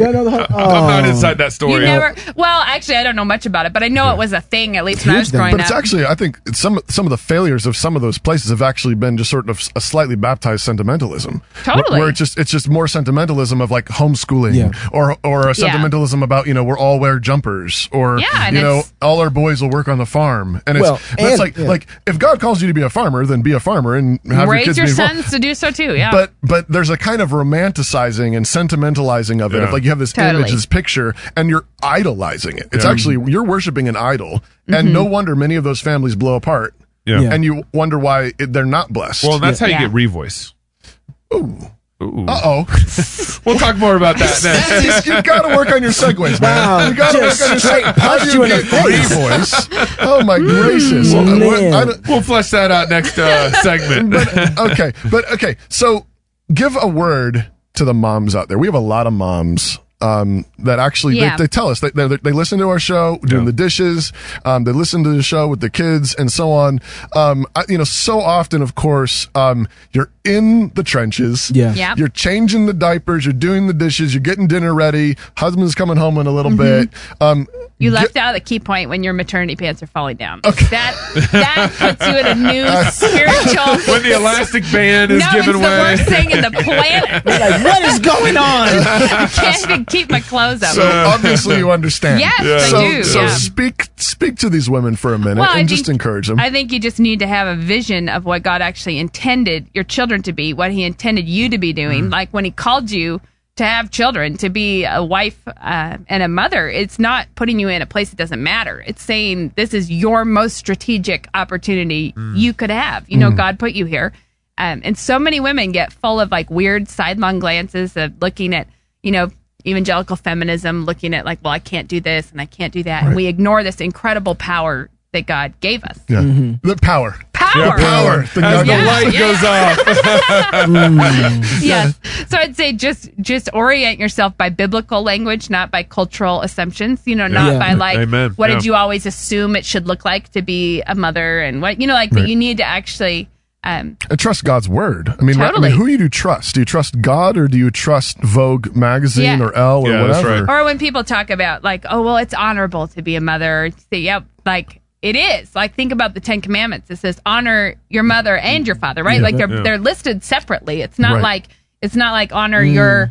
Speaker 11: don't I'm not inside that story.
Speaker 12: you never. Well, actually, I don't know much about it, but I know it was a thing at least when I was growing
Speaker 1: but
Speaker 12: up.
Speaker 1: it's actually, I think it's some some of the failures of some of those places have actually been just sort of a slightly baptized sentimentalism. Where-
Speaker 12: Totally.
Speaker 1: Where it's just it's just more sentimentalism of like homeschooling or or a
Speaker 12: Yeah.
Speaker 1: sentimentalism about, you know, we're all wear jumpers or
Speaker 12: Yeah, and
Speaker 1: you know,
Speaker 12: it's-
Speaker 1: all our boys will work on the farm. And it's
Speaker 10: Well,
Speaker 1: that's
Speaker 10: and-
Speaker 1: like
Speaker 10: yeah.
Speaker 1: like if God calls you to be a farmer, then be a farmer and have your
Speaker 12: Raise
Speaker 1: kids
Speaker 12: your
Speaker 1: be a farmer.
Speaker 12: sons to do so too. Yeah,
Speaker 1: But but there's a kind of romanticizing and sentimentalizing of it.
Speaker 11: Yeah.
Speaker 1: Like you have this
Speaker 12: Totally.
Speaker 1: image, this picture, and you're idolizing it. It's
Speaker 11: Yeah.
Speaker 1: actually you're worshiping an idol, and
Speaker 11: Mhm.
Speaker 1: no wonder many of those families blow apart.
Speaker 11: Yeah. Yeah.
Speaker 1: and you wonder why it, they're not blessed.
Speaker 11: Well, that's how you get revoice. Ooh. Ooh.
Speaker 1: Uh oh.
Speaker 11: we'll talk more about that then.
Speaker 1: you gotta work on your segues, man.
Speaker 11: Wow,
Speaker 1: You gotta
Speaker 11: just
Speaker 1: work on your
Speaker 11: straight
Speaker 1: segues.
Speaker 11: punched
Speaker 1: How do
Speaker 11: you
Speaker 1: you
Speaker 11: in
Speaker 1: get
Speaker 11: the face. Mm,
Speaker 1: revoice? Oh my gracious! Well, I- what- I don't-
Speaker 11: we'll flesh that out next uh, segment.
Speaker 1: but, okay, but okay. So give a word to the moms out there. We have a lot of moms. Um, that actually
Speaker 11: Yeah.
Speaker 1: they, they tell us they, they, they listen to our show doing the dishes um, they listen to the show with the kids and so on um, I, you know so often of course um, you're in the trenches
Speaker 10: Yeah. Yep.
Speaker 1: you're changing the diapers you're doing the dishes you're getting dinner ready husband's coming home in a little
Speaker 12: Mhm.
Speaker 1: bit um,
Speaker 12: you left out the key point when your maternity pants are falling down. That that puts you in a new
Speaker 1: Uh,
Speaker 12: spiritual.
Speaker 11: when the elastic band is
Speaker 12: no, it's
Speaker 11: given
Speaker 12: the
Speaker 11: way.
Speaker 12: worst thing in the planet.
Speaker 10: like, what is going on?
Speaker 12: I can't even keep my clothes up.
Speaker 1: so obviously you understand
Speaker 12: Yes, I
Speaker 1: so,
Speaker 12: do,
Speaker 1: so
Speaker 12: yeah.
Speaker 1: speak speak to these women for a minute
Speaker 12: Well,
Speaker 1: and
Speaker 12: I
Speaker 1: just
Speaker 12: think-
Speaker 1: encourage them
Speaker 12: I think you just need to have a vision of what God actually intended your children to be, what He intended you to be
Speaker 1: Mm.
Speaker 12: doing. Like when He called you to have children, to be a wife uh, and a mother, it's not putting you in a place that doesn't matter. It's saying this is your most strategic opportunity you could have. You know,
Speaker 14: Mm.
Speaker 12: God put you here. Um, and so many women get full of like weird sidelong glances of looking at, you know, evangelical feminism, looking at like, well, I can't do this and I can't do that. And
Speaker 1: Right.
Speaker 12: we ignore this incredible power that God gave us.
Speaker 1: Yeah. The power.
Speaker 12: Mm-hmm. Power.
Speaker 1: The power.
Speaker 11: As the
Speaker 1: goggles.
Speaker 11: light goes off.
Speaker 12: yes. So I'd say just just orient yourself by biblical language, not by cultural assumptions. You know, not
Speaker 11: Yeah.
Speaker 12: by like
Speaker 11: Amen.
Speaker 12: what
Speaker 11: Yeah.
Speaker 12: did you always assume it should look like to be a mother and what you know, like
Speaker 1: Right.
Speaker 12: that you need to actually um
Speaker 1: And trust God's word. I mean,
Speaker 12: Totally.
Speaker 1: I mean, who do you trust? Do you trust God or do you trust Vogue magazine
Speaker 12: Yeah.
Speaker 1: or Elle or
Speaker 11: Yeah, that's
Speaker 1: whatever?
Speaker 12: Or when people talk about like, oh well, it's honorable to be a mother. Say, yep, like it is. Like think about the Ten Commandments. It says honor your mother and your father, right?
Speaker 14: Yeah.
Speaker 12: like they're
Speaker 14: Yeah.
Speaker 12: they're listed separately. It's not
Speaker 14: Right.
Speaker 12: like it's not like honor
Speaker 14: Mm.
Speaker 12: your.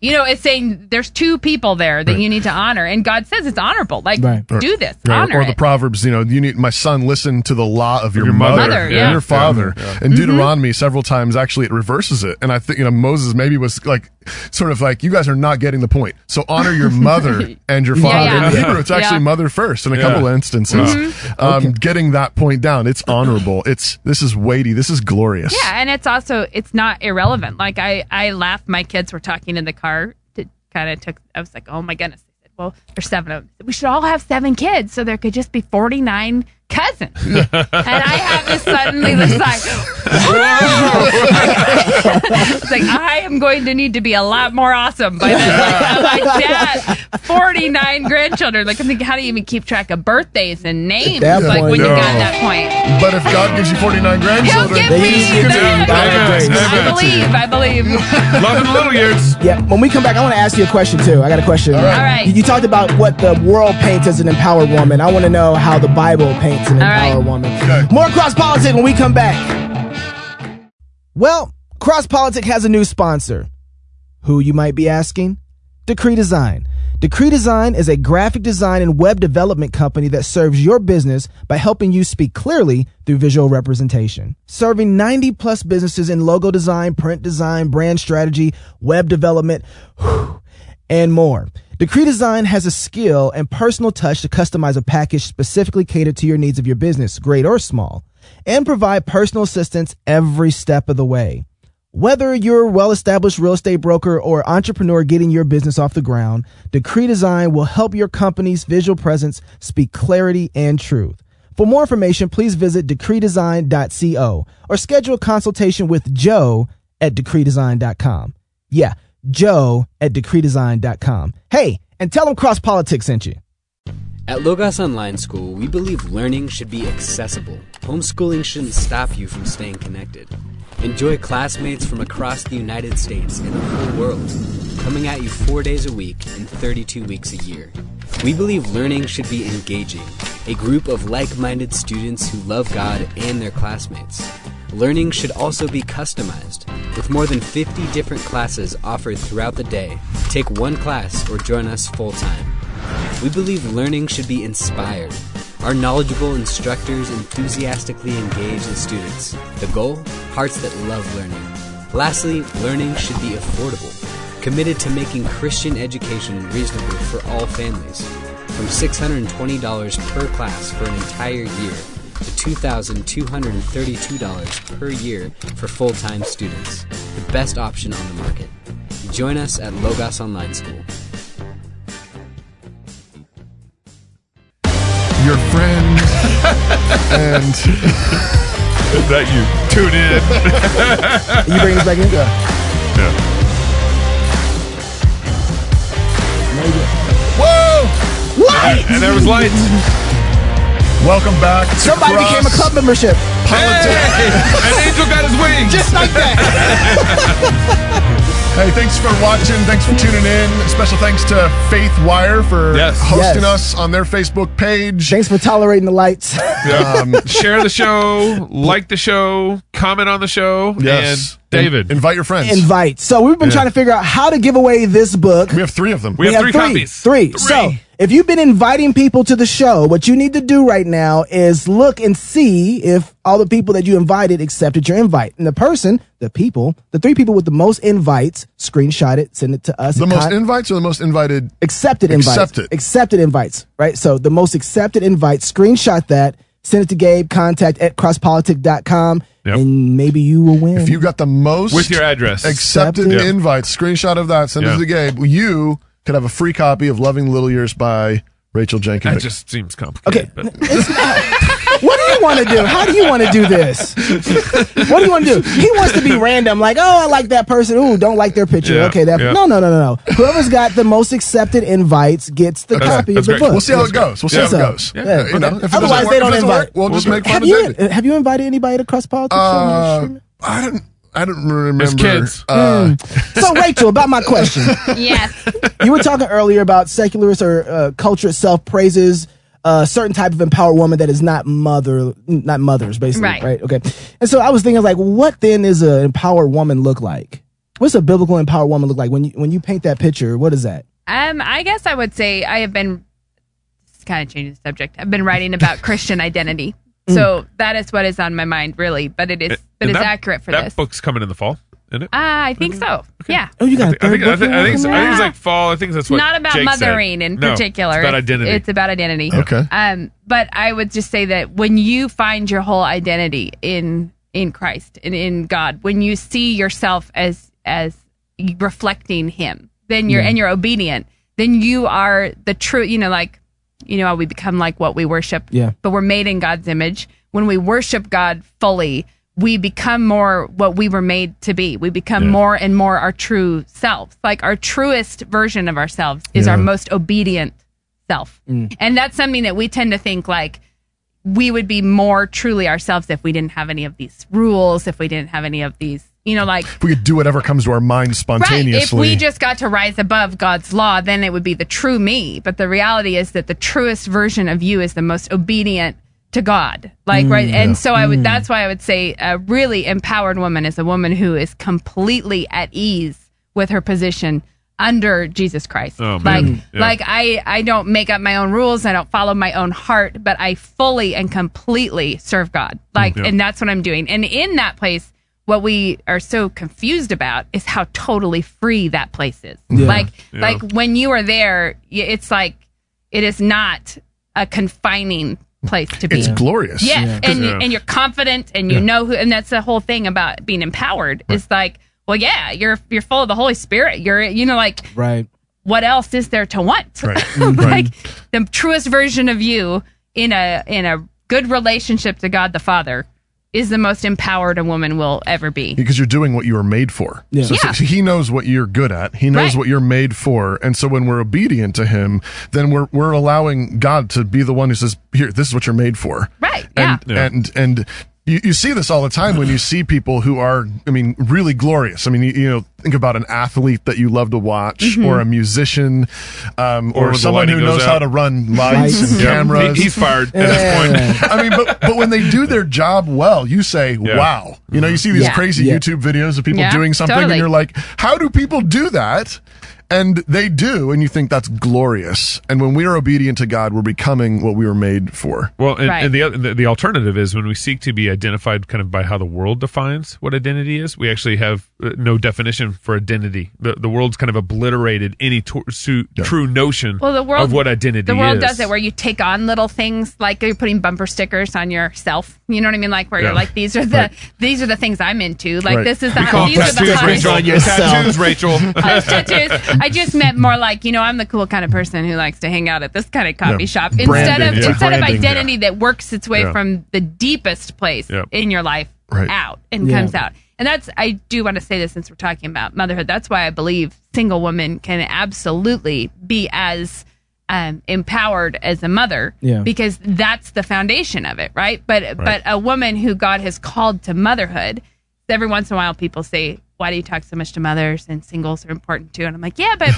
Speaker 12: You know, it's saying there's two people there that
Speaker 1: Right.
Speaker 12: you need to honor, and God says it's honorable. Like,
Speaker 1: Or-
Speaker 12: do this,
Speaker 1: Right.
Speaker 12: honor
Speaker 1: or the
Speaker 12: it.
Speaker 1: Proverbs, you know, you need my son listen to the law of your,
Speaker 11: your mother.
Speaker 1: mother,
Speaker 11: Mother,
Speaker 1: and
Speaker 11: yeah.
Speaker 1: your father.
Speaker 11: Yeah.
Speaker 1: And
Speaker 12: Mm-hmm.
Speaker 1: Deuteronomy several times actually it reverses it. And I think you know Moses maybe was like sort of like you guys are not getting the point. So honor your mother and your
Speaker 11: Yeah,
Speaker 1: father.
Speaker 11: yeah.
Speaker 1: In Hebrew, it's actually
Speaker 11: Yeah.
Speaker 1: mother first in a
Speaker 11: Yeah.
Speaker 1: couple of instances.
Speaker 12: Mhm.
Speaker 1: Um, Getting that point down, it's honorable. It's this is weighty. This is glorious.
Speaker 12: Yeah, and it's also it's not irrelevant. Like I I laugh. My kids were talking in the car. It kind of took. I was like, oh my goodness. I said, Well, there's seven of them. We should all have seven kids, so there could just be 49 cousins. and I have this suddenly this like, it's like I am going to need to be a lot more awesome by then. Like, I'm like, Dad, 49 grandchildren. Like I'm thinking, how do you even keep track of birthdays and names?
Speaker 1: that
Speaker 12: Like
Speaker 1: point,
Speaker 12: when you
Speaker 1: no.
Speaker 12: got that point.
Speaker 1: But if God gives you 49 grandchildren,
Speaker 12: He'll give me
Speaker 1: he's gonna-
Speaker 12: that. I
Speaker 1: Amen.
Speaker 12: believe. I believe.
Speaker 11: Loving little years.
Speaker 10: Yeah. When we come back, I want to ask you a question too. I got a question. All
Speaker 12: right. All right.
Speaker 10: You, you talked about what the world paints as an empowered woman. I want to know how the Bible paints an
Speaker 12: All right.
Speaker 10: empowered woman. More cross politic when we come back. Well, cross politic has a new sponsor. Who you might be asking? Decree Design. Decree Design is a graphic design and web development company that serves your business by helping you speak clearly through visual representation. Serving 90 plus businesses in logo design, print design, brand strategy, web development, and more. Decree Design has a skill and personal touch to customize a package specifically catered to your needs of your business, great or small, and provide personal assistance every step of the way. Whether you're a well established real estate broker or entrepreneur getting your business off the ground, Decree Design will help your company's visual presence speak clarity and truth. For more information, please visit decreedesign.co or schedule a consultation with Joe at decreedesign.com. Yeah, joe at decreedesign.com. Hey, and tell them Cross Politics sent you.
Speaker 14: At Logos Online School, we believe learning should be accessible. Homeschooling shouldn't stop you from staying connected. Enjoy classmates from across the United States and the whole world, coming at you four days a week and 32 weeks a year. We believe learning should be engaging, a group of like minded students who love God and their classmates. Learning should also be customized, with more than 50 different classes offered throughout the day. Take one class or join us full time. We believe learning should be inspired. Our knowledgeable instructors enthusiastically engage the students. The goal? Hearts that love learning. Lastly, learning should be affordable. Committed to making Christian education reasonable for all families. From $620 per class for an entire year to $2,232 per year for full time students. The best option on the market. Join us at Logos Online School.
Speaker 1: Your friends and
Speaker 11: that you tune in.
Speaker 10: you bring us back in?
Speaker 11: Yeah.
Speaker 1: Whoa!
Speaker 10: What?
Speaker 11: And there was lights.
Speaker 1: Welcome back. To
Speaker 10: Somebody
Speaker 1: Cross
Speaker 10: became a club membership.
Speaker 11: Hey! An angel got his wings.
Speaker 10: Just like that.
Speaker 1: Hey, thanks for watching. Thanks for tuning in. Special thanks to Faith Wire for
Speaker 11: Yes.
Speaker 1: hosting
Speaker 10: Yes.
Speaker 1: us on their Facebook page.
Speaker 10: Thanks for tolerating the lights.
Speaker 1: Um,
Speaker 11: Share the show, like the show, comment on the show,
Speaker 1: Yes.
Speaker 11: and David.
Speaker 1: invite your friends.
Speaker 10: Invite. So we've been
Speaker 11: Yeah.
Speaker 10: trying to figure out how to give away this book.
Speaker 1: we have three of them.
Speaker 11: We have three copies.
Speaker 10: Three. So if you've been inviting people to the show, what you need to do right now is look and see if all the people that you invited accepted your invite. And the person, the people, the three people with the most invites, screenshot it, send it to us.
Speaker 1: the
Speaker 10: and
Speaker 1: most
Speaker 10: con-
Speaker 1: invites or the most invited?
Speaker 10: accepted invites.
Speaker 1: Accepted.
Speaker 10: Accepted invites, right? So the most accepted invites, screenshot that, send it to Gabe, contact at crosspolitic.com,
Speaker 11: Yep.
Speaker 10: and maybe you will win.
Speaker 1: If you got the most
Speaker 11: With your address.
Speaker 1: accepted
Speaker 11: Accepted. Yeah.
Speaker 1: invites, screenshot of that, send it
Speaker 11: Yeah.
Speaker 1: to the Gabe. You could have a free copy of Loving Little Years by Rachel Jenkins.
Speaker 11: That just seems complicated. Okay. But
Speaker 10: what do you want to do? How do you want to do this? What do you want to do? He wants to be random, like, oh, I like that person. Ooh, don't like their picture.
Speaker 11: Yeah,
Speaker 10: okay, that.
Speaker 11: yeah.
Speaker 10: No, no, no, no, no. Whoever's got the most accepted invites gets the
Speaker 11: That's-
Speaker 10: copy
Speaker 11: that's
Speaker 10: of the
Speaker 11: great.
Speaker 10: book.
Speaker 1: We'll see how it goes. We'll see
Speaker 10: Yeah.
Speaker 1: how it goes.
Speaker 10: Yeah.
Speaker 1: Uh, you know, if it doesn't
Speaker 10: Otherwise,
Speaker 1: work-
Speaker 10: they
Speaker 1: if it
Speaker 10: don't
Speaker 1: doesn't work,
Speaker 10: invite.
Speaker 1: We'll just make fun
Speaker 10: Have
Speaker 1: of
Speaker 10: you,
Speaker 1: David.
Speaker 10: uh, have you invited anybody to cross politics? on
Speaker 1: Uh,
Speaker 10: your stream?
Speaker 1: I don't. I don't remember.
Speaker 11: kids.
Speaker 1: Uh,
Speaker 10: so, Rachel, about my question.
Speaker 12: Yes.
Speaker 10: you were talking earlier about secularist or uh, culture itself praises a certain type of empowered woman that is not mother, not mothers, basically, right?
Speaker 12: Right.
Speaker 10: Okay. And so I was thinking, like, what then is an empowered woman look like? What's a biblical empowered woman look like when you when you paint that picture? What is that?
Speaker 12: Um, I guess I would say I have been just kind of changing the subject. I've been writing about Christian identity. So that is what is on my mind, really. But it is, but
Speaker 11: And
Speaker 12: it's
Speaker 11: Mm. Eh, that-
Speaker 12: accurate for
Speaker 11: that Mm-hmm.
Speaker 12: this.
Speaker 11: book's coming in the fall, isn't it?
Speaker 12: Ah, I think so. Yeah.
Speaker 10: Oh, you got a
Speaker 11: I
Speaker 10: third
Speaker 11: think, I
Speaker 10: book
Speaker 11: think, I
Speaker 10: you're
Speaker 11: think,
Speaker 10: working
Speaker 11: so.
Speaker 10: on?
Speaker 11: I think it's like fall. I think that's what
Speaker 12: not about
Speaker 11: Jake said.
Speaker 12: mothering in
Speaker 11: No,
Speaker 12: particular.
Speaker 11: It's about identity.
Speaker 12: It's about identity.
Speaker 1: Okay.
Speaker 12: Um, but I would just say that when you find your whole identity in in Christ and in God, when you see yourself as as reflecting Him, then you're
Speaker 10: Yeah.
Speaker 12: and you're obedient. Then you are the true. You know, like you know how we become like what we worship.
Speaker 10: Yeah.
Speaker 12: But we're made in God's image. When we worship God fully, we become more what we were made to be. We become
Speaker 11: Yeah.
Speaker 12: more and more our true selves. Like our truest version of ourselves is our
Speaker 10: Yeah.
Speaker 12: most obedient self. And that's something that we tend to think like we would be more truly ourselves if we didn't have any of these rules, if we didn't have any of these, you know, like
Speaker 1: we could do whatever comes to our mind
Speaker 12: Right. If
Speaker 1: spontaneously.
Speaker 12: we just got to rise above God's law, then it would be the true me. But the reality is that the truest version of you is the most obedient to God. Like, right.
Speaker 11: Mm,
Speaker 12: And so I would, that's why I would say a really empowered woman is a woman who is completely at ease with her position under Jesus Christ.
Speaker 11: Oh,
Speaker 12: like,
Speaker 11: man. Yeah.
Speaker 12: like I, I don't make up my own rules. I don't follow my own heart, but I fully and completely serve God. Like,
Speaker 11: Mm, Yeah.
Speaker 12: and that's what I'm doing. And in that place, what we are so confused about is how totally free that place is.
Speaker 10: Yeah.
Speaker 12: Like,
Speaker 11: Yeah.
Speaker 12: like when you are there, y- it's like it is not a confining place to be.
Speaker 1: it's glorious.
Speaker 12: Yeah, and
Speaker 11: Yeah.
Speaker 12: and you're confident, and you know who, and that's the whole thing about being empowered. It's like, well, yeah, you're you're full of the Holy Spirit. You're you know like
Speaker 10: Right.
Speaker 12: what else is there to want?
Speaker 1: Right.
Speaker 12: like the truest version of you in a in a good relationship to God the Father is the most empowered a woman will ever be.
Speaker 1: because you're doing what you were made for.
Speaker 12: Yeah.
Speaker 1: So, so
Speaker 12: Yeah.
Speaker 1: he knows what you're good at. He knows
Speaker 12: Right.
Speaker 1: what you're made for. And so when we're obedient to him, then we're we're allowing God to be the one who says, "Here, this is what you're made for."
Speaker 12: Right.
Speaker 1: And
Speaker 12: yeah.
Speaker 1: and and you, you see this all the time when you see people who are, I mean, really glorious. I mean, you, you know, think about an athlete that you love to watch,
Speaker 12: Mm-hmm.
Speaker 11: Mhm.
Speaker 1: or a musician, um, or,
Speaker 11: Or when the
Speaker 1: someone
Speaker 11: lighting
Speaker 1: who
Speaker 11: goes
Speaker 1: knows how
Speaker 11: out.
Speaker 1: to run lights and
Speaker 11: Yeah.
Speaker 1: cameras.
Speaker 11: He- he's fired at
Speaker 12: uh,
Speaker 11: this point.
Speaker 1: I mean, but but when they do their job well, you say,
Speaker 11: Yeah.
Speaker 1: "Wow!" You know, you see these
Speaker 11: Yeah.
Speaker 1: crazy
Speaker 11: Yeah.
Speaker 1: YouTube videos of people
Speaker 11: Yeah,
Speaker 1: doing something,
Speaker 11: totally.
Speaker 1: and you're like, "How do people do that?" And they do, and you think that's glorious. And when we are obedient to God, we're becoming what we were made for.
Speaker 11: Well, and,
Speaker 1: Right.
Speaker 11: and the, oth- the the alternative is when we seek to be identified kind of by how the world defines what identity is, we actually have uh, no definition for identity. The the world's kind of obliterated any to, su- true notion
Speaker 12: Well, the world
Speaker 11: of what identity
Speaker 12: The world
Speaker 11: is.
Speaker 12: does it where you take on little things like you're putting bumper stickers on yourself. You know what I mean? Like where
Speaker 11: Yeah.
Speaker 12: you're like these are the
Speaker 11: Right.
Speaker 12: these are the things I'm into. Like
Speaker 11: Right.
Speaker 12: this is the
Speaker 11: We call
Speaker 12: these are the
Speaker 11: tattoos, Rachel.
Speaker 12: hobbies.
Speaker 11: Tattoos, Rachel.
Speaker 12: I was Uh, tattoos. I just meant more like you know I'm the cool kind of person who likes to hang out at this kind of coffee
Speaker 11: Yeah.
Speaker 12: shop
Speaker 11: Branding,
Speaker 12: instead of
Speaker 11: yeah.
Speaker 12: instead
Speaker 11: Branding,
Speaker 12: of identity that works its way
Speaker 11: Yeah.
Speaker 12: from the deepest place
Speaker 11: Yeah.
Speaker 12: in your life
Speaker 11: Right.
Speaker 12: out and
Speaker 11: Yeah.
Speaker 12: comes out. And that's I do want to say this since we're talking about motherhood. That's why I believe single women can absolutely be as um, empowered as a mother
Speaker 10: Yeah.
Speaker 12: because that's the foundation of it, right? But but
Speaker 10: Right.
Speaker 12: a woman who God has called to motherhood. Every once in a while, people say, "Why do you talk so much to mothers and singles are important too?" And I'm like, "Yeah, but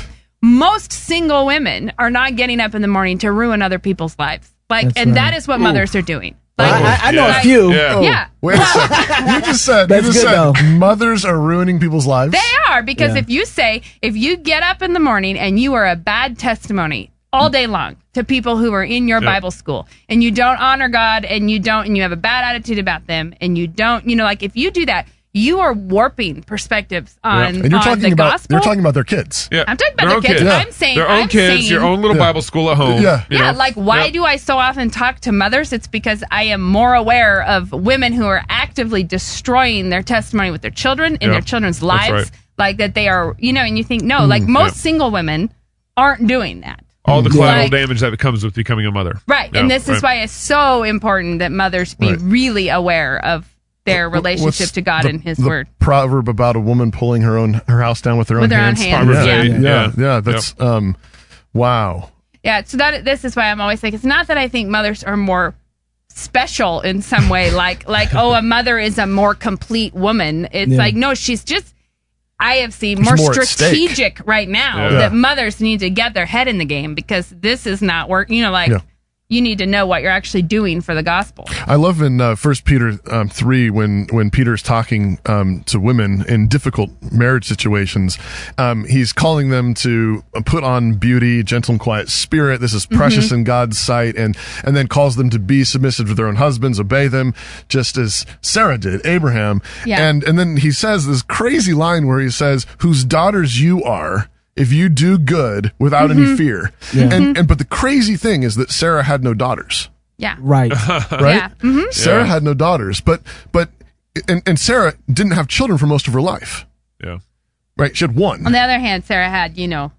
Speaker 12: most single women are not getting up in the morning to ruin other people's lives. Like,
Speaker 10: That's
Speaker 12: and
Speaker 10: right.
Speaker 12: that is what mothers are doing.
Speaker 10: I, I know
Speaker 12: Like,
Speaker 10: a few.
Speaker 12: Yeah.
Speaker 1: Wait a second. You just said
Speaker 10: That's
Speaker 1: you just
Speaker 10: good,
Speaker 1: said
Speaker 10: though.
Speaker 1: mothers are ruining people's lives.
Speaker 12: They are because
Speaker 1: Yeah.
Speaker 12: if you say if you get up in the morning and you are a bad testimony all day long to people who are in your
Speaker 13: Yeah.
Speaker 12: Bible school and you don't honor God and you don't and you have a bad attitude about them and you don't you know like if you do that you are warping perspectives
Speaker 1: and
Speaker 12: on,
Speaker 1: you're
Speaker 12: on
Speaker 1: talking
Speaker 12: the
Speaker 1: about
Speaker 12: gospel.
Speaker 1: you're talking about their kids.
Speaker 11: Yeah.
Speaker 12: I'm talking about
Speaker 11: Their
Speaker 12: their
Speaker 11: own
Speaker 12: kids.
Speaker 11: kids.
Speaker 12: I'm saying
Speaker 11: Their own
Speaker 12: I'm
Speaker 11: kids,
Speaker 12: saying,
Speaker 11: your own little Bible school at home.
Speaker 1: Yeah.
Speaker 11: you
Speaker 12: yeah,
Speaker 11: know?
Speaker 12: like why
Speaker 11: Yep.
Speaker 12: do I so often talk to mothers? It's because I am more aware of women who are actively destroying their testimony with their children in
Speaker 13: Yeah,
Speaker 12: their children's
Speaker 13: that's
Speaker 12: lives.
Speaker 13: right.
Speaker 12: Like that they are, you know, and you think, no, like
Speaker 11: Mm,
Speaker 12: most
Speaker 11: yeah.
Speaker 12: single women aren't doing that.
Speaker 11: all the collateral
Speaker 12: Like-
Speaker 11: damage that comes with becoming a mother?
Speaker 12: Right.
Speaker 11: Yeah,
Speaker 12: and this is
Speaker 11: right.
Speaker 12: why it's so important that mothers be
Speaker 1: Right.
Speaker 12: really aware of their relationship
Speaker 1: What's
Speaker 12: to God
Speaker 1: the-
Speaker 12: and His
Speaker 1: the
Speaker 12: Word.
Speaker 1: Proverb about a woman pulling her own her house down with her
Speaker 12: With
Speaker 1: own
Speaker 12: her own
Speaker 1: hands.
Speaker 12: hands, Proverbs
Speaker 1: yeah.
Speaker 12: yeah. eight,
Speaker 1: Yeah.
Speaker 11: yeah.
Speaker 1: yeah, That's um, wow.
Speaker 12: Yeah, so that this is why I'm always like, it's not that I think mothers are more special in some way, like like oh, a mother is a more complete woman. It's
Speaker 13: Yeah.
Speaker 12: like no, she's just. I have seen
Speaker 13: There's
Speaker 12: more,
Speaker 13: more at stake.
Speaker 12: strategic right now
Speaker 13: Yeah.
Speaker 12: that mothers need to get their head in the game because this is not work. You know, like
Speaker 1: Yeah.
Speaker 12: you need to know what you're actually doing for the gospel.
Speaker 1: I love in uh, First Peter um, three when when Peter's talking um, to women in difficult marriage situations, um, he's calling them to uh, put on beauty, gentle and quiet spirit. This is precious
Speaker 11: Mhm.
Speaker 1: in God's sight, and and then calls them to be submissive to their own husbands, obey them, just as Sarah did, Abraham.
Speaker 11: Yeah.
Speaker 1: And and then he says this crazy line where he says, "Whose daughters you are." If you do good without any
Speaker 11: Mhm.
Speaker 1: fear,
Speaker 11: Yeah.
Speaker 1: and, and but the crazy thing is that Sarah had no daughters
Speaker 12: Yeah.
Speaker 10: Oh. Right.
Speaker 11: Uh-huh.
Speaker 1: right?
Speaker 12: Mhm.
Speaker 1: Sarah
Speaker 11: Yeah.
Speaker 1: had no daughters, but but and, and Sarah didn't have children for most of her life.
Speaker 11: Yeah.
Speaker 1: Right? She had one.
Speaker 12: On the other hand, Sarah had you know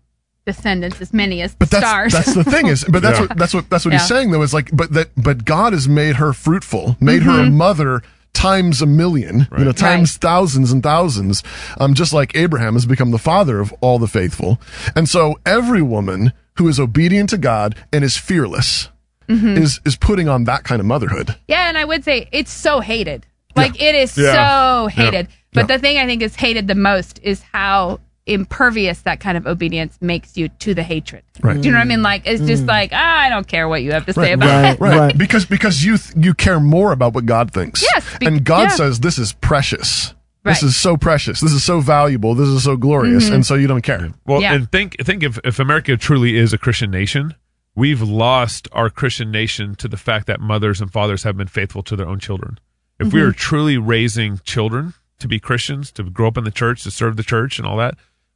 Speaker 12: descendants as many as
Speaker 1: But
Speaker 12: the
Speaker 1: that's
Speaker 12: stars.
Speaker 1: that's the thing is, but that's
Speaker 11: Yeah.
Speaker 1: what that's what that's what
Speaker 12: Yeah.
Speaker 1: he's saying though is like, but that but God has made her fruitful, made her a
Speaker 11: Mhm.
Speaker 1: mother times a million, you know, times thousands and thousands, um, just like Abraham has become the father of all the faithful, and so every woman who is obedient to God and is fearless
Speaker 12: Mhm.
Speaker 1: is is putting on that kind of motherhood.
Speaker 12: Yeah, and I would say it's so hated. Like it is
Speaker 1: Yeah.
Speaker 12: so
Speaker 1: Yeah.
Speaker 12: hated. But the thing I think is hated the most is how impervious that kind of obedience makes you to the hatred.
Speaker 1: Right.
Speaker 12: Do you know what I mean? Like it's just
Speaker 1: Mm.
Speaker 12: like ah, I don't care what you have to say about
Speaker 1: right,
Speaker 12: it.
Speaker 1: right, Because because you th- you care more about what God thinks.
Speaker 12: Yes, be-
Speaker 1: and God
Speaker 12: yeah.
Speaker 1: says this is precious. This
Speaker 12: Right. Mm-hmm.
Speaker 1: is so precious. This is so valuable. This is so glorious.
Speaker 11: Mhm.
Speaker 1: And so you don't care.
Speaker 11: Well, and think think if if America truly is a Christian nation, we've lost our Christian nation to the fact that mothers and fathers have been faithful to their own children. If we
Speaker 15: Mhm.
Speaker 11: are truly raising children to be Christians, to grow up in the church, to serve the church, and all that,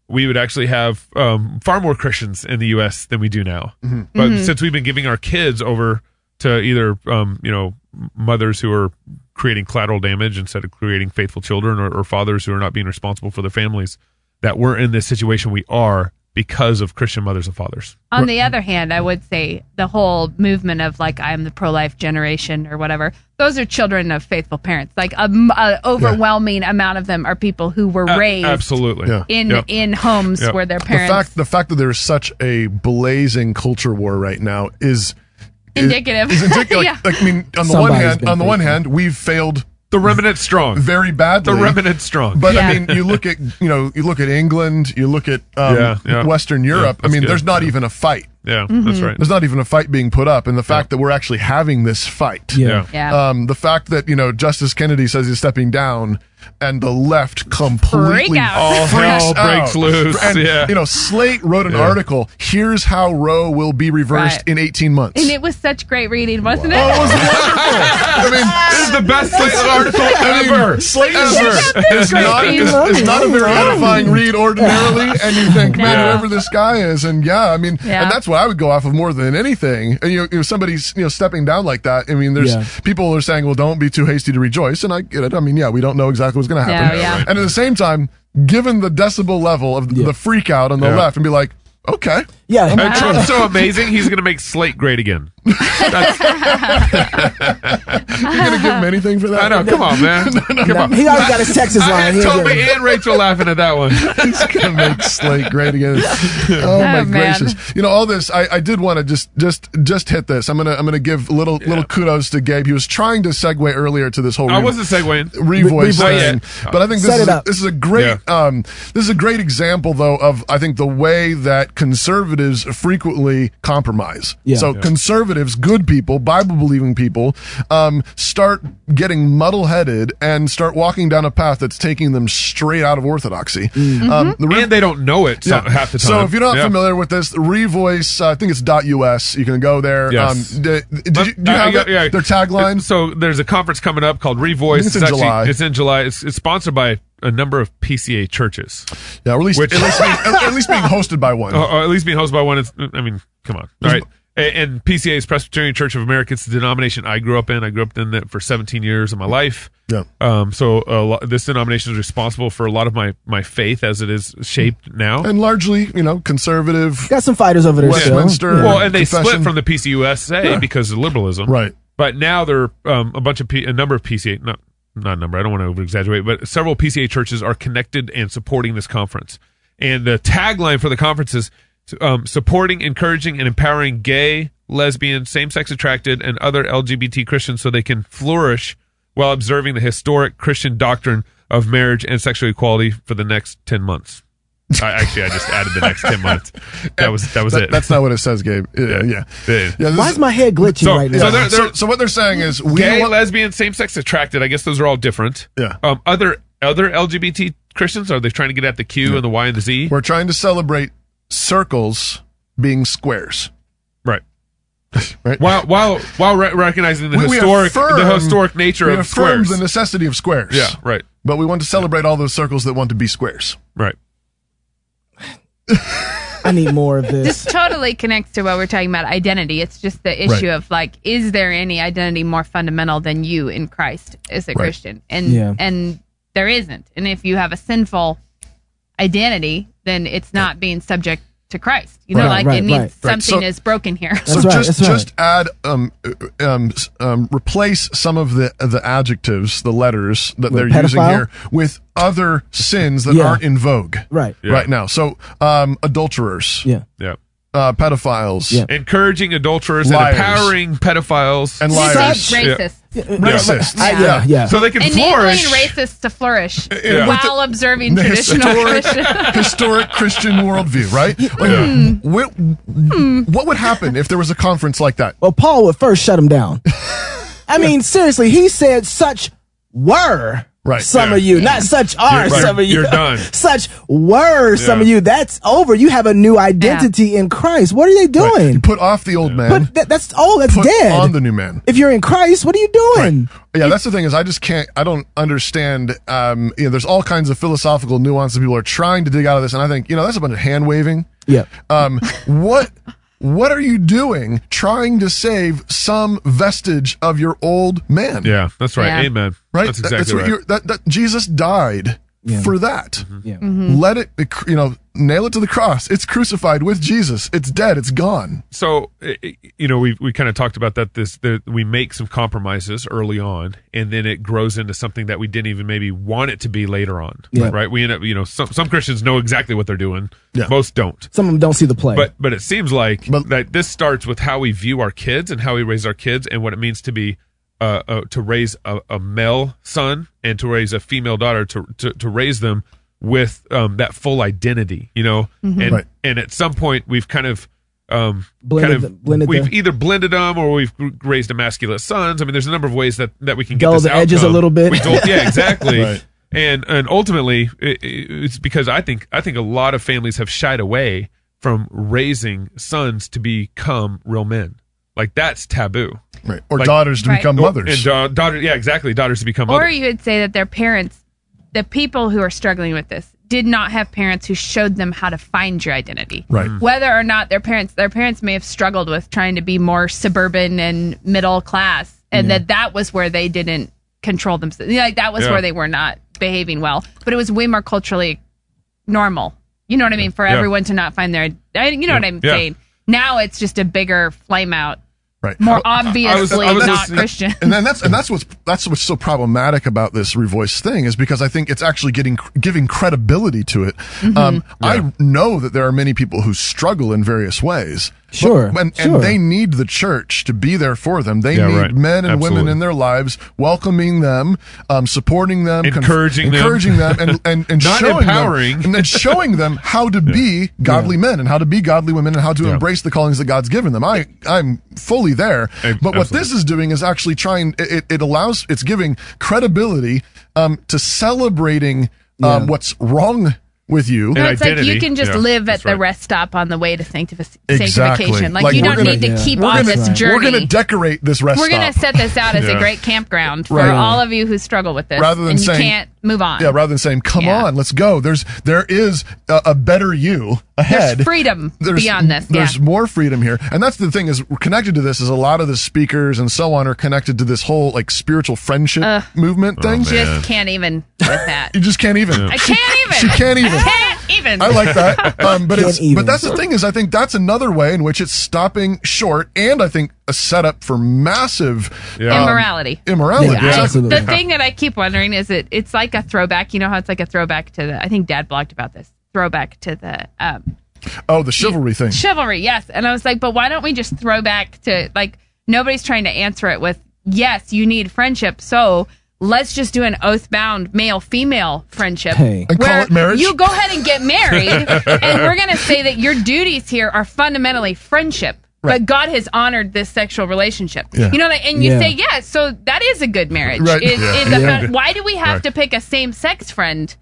Speaker 11: we would actually have um, far more Christians in the U.S. than we do now.
Speaker 15: Mhm.
Speaker 11: But
Speaker 15: Mhm.
Speaker 11: since we've been giving our kids over to either um, you know mothers who are creating collateral damage instead of creating faithful children, or, or fathers who are not being responsible for their families, that we're in this situation we are because of Christian mothers and fathers.
Speaker 12: On the other hand, I would say the whole movement of like I'm the pro-life generation or whatever. Those are children of faithful parents. Like a, a overwhelming amount of them are people who were
Speaker 11: A-
Speaker 12: raised
Speaker 11: absolutely. Yeah.
Speaker 12: in
Speaker 1: Yep.
Speaker 12: in homes
Speaker 1: Yep.
Speaker 12: where their
Speaker 1: The
Speaker 12: parents
Speaker 1: fact, the fact that there's such a blazing culture war right now is is-
Speaker 12: indicative.
Speaker 1: Is, indicative. Like,
Speaker 12: yeah.
Speaker 1: like, I mean, on the one
Speaker 11: Somebody's
Speaker 1: hand,
Speaker 11: been
Speaker 1: on the one
Speaker 11: faithful.
Speaker 1: hand, we've failed.
Speaker 11: The remnant strong,
Speaker 1: very badly.
Speaker 11: The remnant strong.
Speaker 1: But I
Speaker 11: Yeah.
Speaker 1: mean, you look at you know, you look at England, you look at um,
Speaker 11: Yeah, yeah.
Speaker 1: Western
Speaker 11: Yeah,
Speaker 1: Europe. I
Speaker 11: that's
Speaker 1: mean,
Speaker 11: good.
Speaker 1: there's not even a fight.
Speaker 11: Yeah, that's Mhm. right.
Speaker 1: There's not even a fight being put up, and the fact that we're actually having this fight.
Speaker 11: Yeah.
Speaker 12: Yeah.
Speaker 1: Um, the fact that you know Justice Kennedy says he's stepping down, and the left completely
Speaker 12: Freak out. All
Speaker 1: freaks
Speaker 11: hell
Speaker 1: out.
Speaker 11: breaks loose,
Speaker 1: And,
Speaker 11: yeah.
Speaker 1: You know, Slate wrote an
Speaker 11: Yeah.
Speaker 1: article. Here's how Roe will be reversed in
Speaker 12: Right.
Speaker 1: 18 months.
Speaker 12: and it was such great reading, wasn't it?
Speaker 1: Oh, it was I mean,
Speaker 11: this is the best Slate article
Speaker 1: I mean,
Speaker 11: ever.
Speaker 1: Slate
Speaker 11: Ever.
Speaker 1: is, is
Speaker 11: It's
Speaker 1: not,
Speaker 11: great.
Speaker 1: is, is not a very edifying read ordinarily, and you think, man,
Speaker 11: Yeah.
Speaker 1: whoever this guy is, and yeah, I mean,
Speaker 11: Yeah.
Speaker 1: and that's what I would go off of more than anything. And you know, you know, somebody's you know stepping down like that. I mean, there's
Speaker 11: Yeah.
Speaker 1: people are saying, well, don't be too hasty to rejoice, and I get it. I mean, yeah, we don't know exactly what's going to happen,
Speaker 11: Yeah, yeah.
Speaker 1: and at the same time, given the decibel level of the freak out on the
Speaker 11: Yeah.
Speaker 1: left, and be like, okay,
Speaker 10: yeah,
Speaker 11: And Trump's so amazing, he's going to make Slate great again.
Speaker 1: you're going to give him anything for that?
Speaker 11: I know. Come on, man. Come on.
Speaker 10: He already got his Texas
Speaker 11: I
Speaker 10: line.
Speaker 11: had
Speaker 10: He ain't
Speaker 11: Toby
Speaker 10: getting it.
Speaker 11: and Rachel laughing at that one.
Speaker 1: He's gonna make Slate great again. Oh my
Speaker 10: Oh, man.
Speaker 1: gracious! You know all this. I, I did want to just just just hit this. I'm gonna I'm gonna give little little kudos to Gabe. He was trying to segue earlier to this whole.
Speaker 11: I wasn't segueing.
Speaker 1: Revoice
Speaker 11: Re-
Speaker 1: thing,
Speaker 11: revoice.
Speaker 1: but I think
Speaker 11: Set
Speaker 1: this is,
Speaker 11: it up.
Speaker 1: this is a great um, this is a great example though of I think the way that conservatives frequently compromise.
Speaker 10: Yeah.
Speaker 1: So
Speaker 10: Yeah.
Speaker 1: conservatives, good people, Bible believing people, um, start getting muddle headed and start walking down a path that's taking them straight out of orthodoxy.
Speaker 11: Mm-hmm.
Speaker 1: Um, the
Speaker 11: and they don't know it so-
Speaker 1: yeah.
Speaker 11: half the time.
Speaker 1: So if you're not
Speaker 11: Yeah.
Speaker 1: familiar with this, Revoice, uh, I think it's .us. You can go there.
Speaker 11: Yes.
Speaker 1: Um, d- d- did you, do you
Speaker 11: I-
Speaker 1: have
Speaker 11: I-
Speaker 1: it?
Speaker 11: yeah.
Speaker 1: their tagline?
Speaker 11: So there's a conference coming up called Revoice.
Speaker 1: it's in July.
Speaker 11: It's in July. It's, it's sponsored by a number of PCA churches.
Speaker 1: Yeah, or at least,
Speaker 11: Which-
Speaker 1: at,
Speaker 11: Uh-huh.
Speaker 1: least being, at- at least being hosted by one.
Speaker 11: or, or at least being hosted by one. It's, I mean, come on. All right. A- And PCA is Presbyterian Church of America. It's the denomination I grew up in. I grew up in that for 17 years of my life.
Speaker 1: Yeah.
Speaker 11: Um. So a lo- this denomination is responsible for a lot of my my faith as it is shaped now.
Speaker 1: and largely, you know, conservative.
Speaker 10: Got some fighters over there. still.
Speaker 1: Westminster.
Speaker 10: Yeah.
Speaker 11: Well, and they
Speaker 1: Confession.
Speaker 11: split from the PCUSA
Speaker 1: Yeah.
Speaker 11: because of liberalism,
Speaker 1: Right.
Speaker 11: But now there are um, a bunch of P- a number of PCA not not a number. I don't want to over exaggerate, but several PCA churches are connected and supporting this conference. And the tagline for the conference is um, supporting, encouraging, and empowering gay, lesbian, same sex attracted, and other LGBT Christians so they can flourish while observing the historic Christian doctrine of marriage and sexual equality for the next ten months. I, actually, I just added the next ten months. That was that was
Speaker 1: That-
Speaker 11: it.
Speaker 1: That's not what it says, Gabe. Yeah. yeah.
Speaker 11: Yeah.
Speaker 1: Yeah, this
Speaker 10: Why is my head glitching
Speaker 11: So-
Speaker 10: right
Speaker 11: so
Speaker 10: now?
Speaker 11: they're- they're-
Speaker 1: So what they're saying is we
Speaker 11: gay,
Speaker 1: don't want-
Speaker 11: lesbian, same sex attracted. I guess those are all different.
Speaker 1: Yeah.
Speaker 11: Um, other other LGBT Christians are they trying to get at the Q and the Y and the Z?
Speaker 1: we're trying to celebrate circles being squares.
Speaker 11: Right.
Speaker 1: Right.
Speaker 11: While while while re- recognizing the
Speaker 1: We- we
Speaker 11: historic
Speaker 1: affirm-
Speaker 11: the historic nature
Speaker 1: we
Speaker 11: of
Speaker 1: affirm
Speaker 11: squares.
Speaker 1: the necessity of squares.
Speaker 11: yeah. Right.
Speaker 1: But we want to celebrate all those circles that want to be squares.
Speaker 11: Right.
Speaker 10: I need more of
Speaker 12: This
Speaker 10: this.
Speaker 12: totally connects to what we're talking about identity. It's just the issue
Speaker 1: Right.
Speaker 12: of like, is there any identity more fundamental than you in Christ as a
Speaker 1: Right.
Speaker 12: Christian? And
Speaker 10: Yeah.
Speaker 12: and there isn't. And if you have a sinful identity, then it's not being subject to Christ. You know,
Speaker 1: Right,
Speaker 12: like
Speaker 1: right,
Speaker 12: it needs
Speaker 1: right. Right. So-
Speaker 12: something is broken here.
Speaker 1: So just just add um uh, um s- um replace some of the the adjectives, the letters that they're
Speaker 10: With
Speaker 1: using
Speaker 10: pedophile?
Speaker 1: here with other sins that
Speaker 10: Yeah.
Speaker 1: aren't in vogue
Speaker 10: Right.
Speaker 11: Yeah.
Speaker 1: right now. So um adulterers,
Speaker 10: Yeah.
Speaker 11: Yeah.
Speaker 1: uh, pedophiles,
Speaker 11: Encouraging adulterers
Speaker 1: Liars.
Speaker 11: and empowering pedophiles
Speaker 1: And
Speaker 12: Just
Speaker 1: liars.
Speaker 12: say racist.
Speaker 11: Yeah.
Speaker 1: Racist.
Speaker 10: I- yeah, yeah.
Speaker 11: So they can
Speaker 12: Enabling
Speaker 11: flourish.
Speaker 12: racists to flourish
Speaker 1: Yeah.
Speaker 12: while observing
Speaker 1: The
Speaker 12: traditional
Speaker 1: historic,
Speaker 12: Christian.
Speaker 1: historic Christian worldview, right? Like, where-
Speaker 10: Hmm.
Speaker 1: What would happen if there was a conference like that?
Speaker 10: Well, Paul would first shut him down. I mean, seriously, he said such were
Speaker 1: Right,
Speaker 10: some
Speaker 1: yeah.
Speaker 10: of you, not such are
Speaker 11: You're-
Speaker 10: some of you.
Speaker 11: you're done.
Speaker 10: Such were some of you. That's over. You have a new identity in Christ. What are they doing?
Speaker 1: Put off the old man.
Speaker 10: But that, that's all. That's
Speaker 1: put
Speaker 10: dead.
Speaker 1: on the new man.
Speaker 10: if you're in Christ, what are you doing?
Speaker 1: Yeah, that's the thing is I just can't I don't understand um you know there's all kinds of philosophical nuance that people are trying to dig out of this and I think you know that's a bunch of hand waving.
Speaker 10: Yeah.
Speaker 11: Uh,
Speaker 1: Um what what are you doing trying to save some vestige of your old man?
Speaker 11: Yeah, that's right.
Speaker 12: Yeah.
Speaker 11: Amen.
Speaker 1: Right?
Speaker 11: That's
Speaker 1: That-
Speaker 11: exactly
Speaker 1: what
Speaker 11: right. Mm-hmm.
Speaker 1: you're- that, that Jesus died for that.
Speaker 10: Yeah.
Speaker 12: Mm-hmm.
Speaker 1: Let it, you know, nail it to the cross. It's crucified with Jesus. It's dead. It's gone.
Speaker 11: So, i- i- you know, we we kind of talked about that. This that we make some compromises early on, and then it grows into something that we didn't even maybe want it to be later on.
Speaker 10: Yeah.
Speaker 11: Right? We end up, you know, some some Christians know exactly what they're doing. Most don't.
Speaker 10: Some of them don't see the play.
Speaker 11: But but it seems like that this starts with how we view our kids and how we raise our kids and what it means to be uh, uh, to raise a, a male son and to raise a female daughter to to, to raise them with um, that full identity, you know.
Speaker 10: Mhm.
Speaker 11: And
Speaker 10: Right.
Speaker 11: and at some point we've kind of um,
Speaker 10: Blended
Speaker 11: kind
Speaker 10: the-
Speaker 11: of
Speaker 10: blended
Speaker 11: we've
Speaker 10: the-
Speaker 11: either blended them or we've gr- raised emasculate sons. I mean, there's a number of ways that that we can get
Speaker 10: Dull
Speaker 11: this
Speaker 10: the edges a
Speaker 11: outcome.
Speaker 10: little bit.
Speaker 11: We dull- yeah, exactly.
Speaker 10: Right.
Speaker 11: And and ultimately, it, it- it's because I think I think a lot of families have shied away from raising sons to become real men. Like that's taboo,
Speaker 1: right? Or
Speaker 11: Like- Oh,
Speaker 1: daughters to
Speaker 12: Right.
Speaker 1: become mothers.
Speaker 11: And da- daughter, yeah, exactly. Daughters to become
Speaker 12: Or
Speaker 11: mothers.
Speaker 12: you would say that their parents, the people who are struggling with this, did not have parents who showed them how to find your identity.
Speaker 11: Right. Mm.
Speaker 12: Whether or not their parents, their parents may have struggled with trying to be more suburban and middle class, and that that was where they didn't control themselves. Like that was
Speaker 15: Yeah.
Speaker 12: where they were not behaving well. But it was way more culturally normal. You know what I mean? For
Speaker 15: Yeah.
Speaker 12: everyone to not find their, I- you know what I'm
Speaker 1: Yeah.
Speaker 12: saying. Now it's just a bigger flame out.
Speaker 1: right
Speaker 12: More
Speaker 1: I- I was-
Speaker 12: obviously
Speaker 1: I was
Speaker 12: not
Speaker 1: listening-
Speaker 12: Christian.
Speaker 1: and then that's and that's what's that's what's so problematic about this revoice thing is because i think it's actually getting giving credibility to it um i know that there are many people who struggle in various ways
Speaker 10: Sure,
Speaker 1: and,
Speaker 10: sure.
Speaker 1: and they need the church to be there for them they
Speaker 11: Yeah,
Speaker 1: need
Speaker 11: right.
Speaker 1: men and
Speaker 11: Absolutely.
Speaker 1: women in their lives welcoming them um supporting them conf-
Speaker 11: Encouraging them.
Speaker 1: encouraging them, and and, and
Speaker 11: Not
Speaker 1: showing
Speaker 11: empowering.
Speaker 1: them, and then showing them how to be godly men and how to be godly women and how to embrace the callings that god's given them i i'm fully there but what
Speaker 11: absolutely.
Speaker 1: this is doing is actually trying. It, it- it allows. It's giving credibility um, to celebrating um, what's wrong with you.
Speaker 12: No, it's like you can just live at the rest stop on the way to sanctif- sanctification. Like, you
Speaker 1: we're
Speaker 12: don't
Speaker 1: gonna-
Speaker 12: need to keep
Speaker 1: we're
Speaker 12: on
Speaker 1: gonna-
Speaker 12: this journey.
Speaker 1: We're going to decorate this rest
Speaker 12: We're gonna
Speaker 1: stop.
Speaker 12: set this out as
Speaker 1: Yeah.
Speaker 12: a great campground for
Speaker 1: Right.
Speaker 12: all of you who struggle with this,
Speaker 1: Rather than
Speaker 12: and you
Speaker 1: saying-
Speaker 12: can't move on.
Speaker 1: Yeah, rather than saying "Come on, let's go." There's there is a, a better you ahead.
Speaker 12: There's freedom
Speaker 1: There's-
Speaker 12: beyond this. Yeah.
Speaker 1: There's more freedom here, and that's the thing is connected to this is a lot of the speakers and so on are connected to this whole like spiritual friendship movement thing.
Speaker 12: Uh. just can't even with that.
Speaker 1: you just can't even.
Speaker 12: I can't even.
Speaker 1: She can't even.
Speaker 12: I can't even.
Speaker 1: I like that. Um, but it's,
Speaker 10: even.
Speaker 1: but that's the thing is I think that's another way in which it's stopping short and I think a setup for massive um,
Speaker 12: Immorality.
Speaker 1: Immorality.
Speaker 12: I-
Speaker 1: exactly.
Speaker 12: the thing that I keep wondering is it it's like a throwback. You know how it's like a throwback to the. I think Dad blogged about this throwback to the um,
Speaker 1: oh, the chivalry thing.
Speaker 12: Chivalry, yes. And I was like, but why don't we just throw back to like nobody's trying to answer it with yes, you need friendship, so let's just do an oath bound male female friendship.
Speaker 10: Hey. And
Speaker 1: call
Speaker 12: where
Speaker 1: it marriage?
Speaker 12: You go ahead and get married and we're gonna say that your duties here are fundamentally friendship. But
Speaker 1: Right.
Speaker 12: God has honored this sexual relationship.
Speaker 1: Yeah.
Speaker 12: You know, like, and you
Speaker 1: Yeah.
Speaker 12: say, yes, so that is a good marriage.
Speaker 1: Right.
Speaker 12: Is,
Speaker 1: Yeah.
Speaker 12: is a
Speaker 1: Yeah.
Speaker 12: fun- why do we have
Speaker 1: Right.
Speaker 12: to pick a same sex friend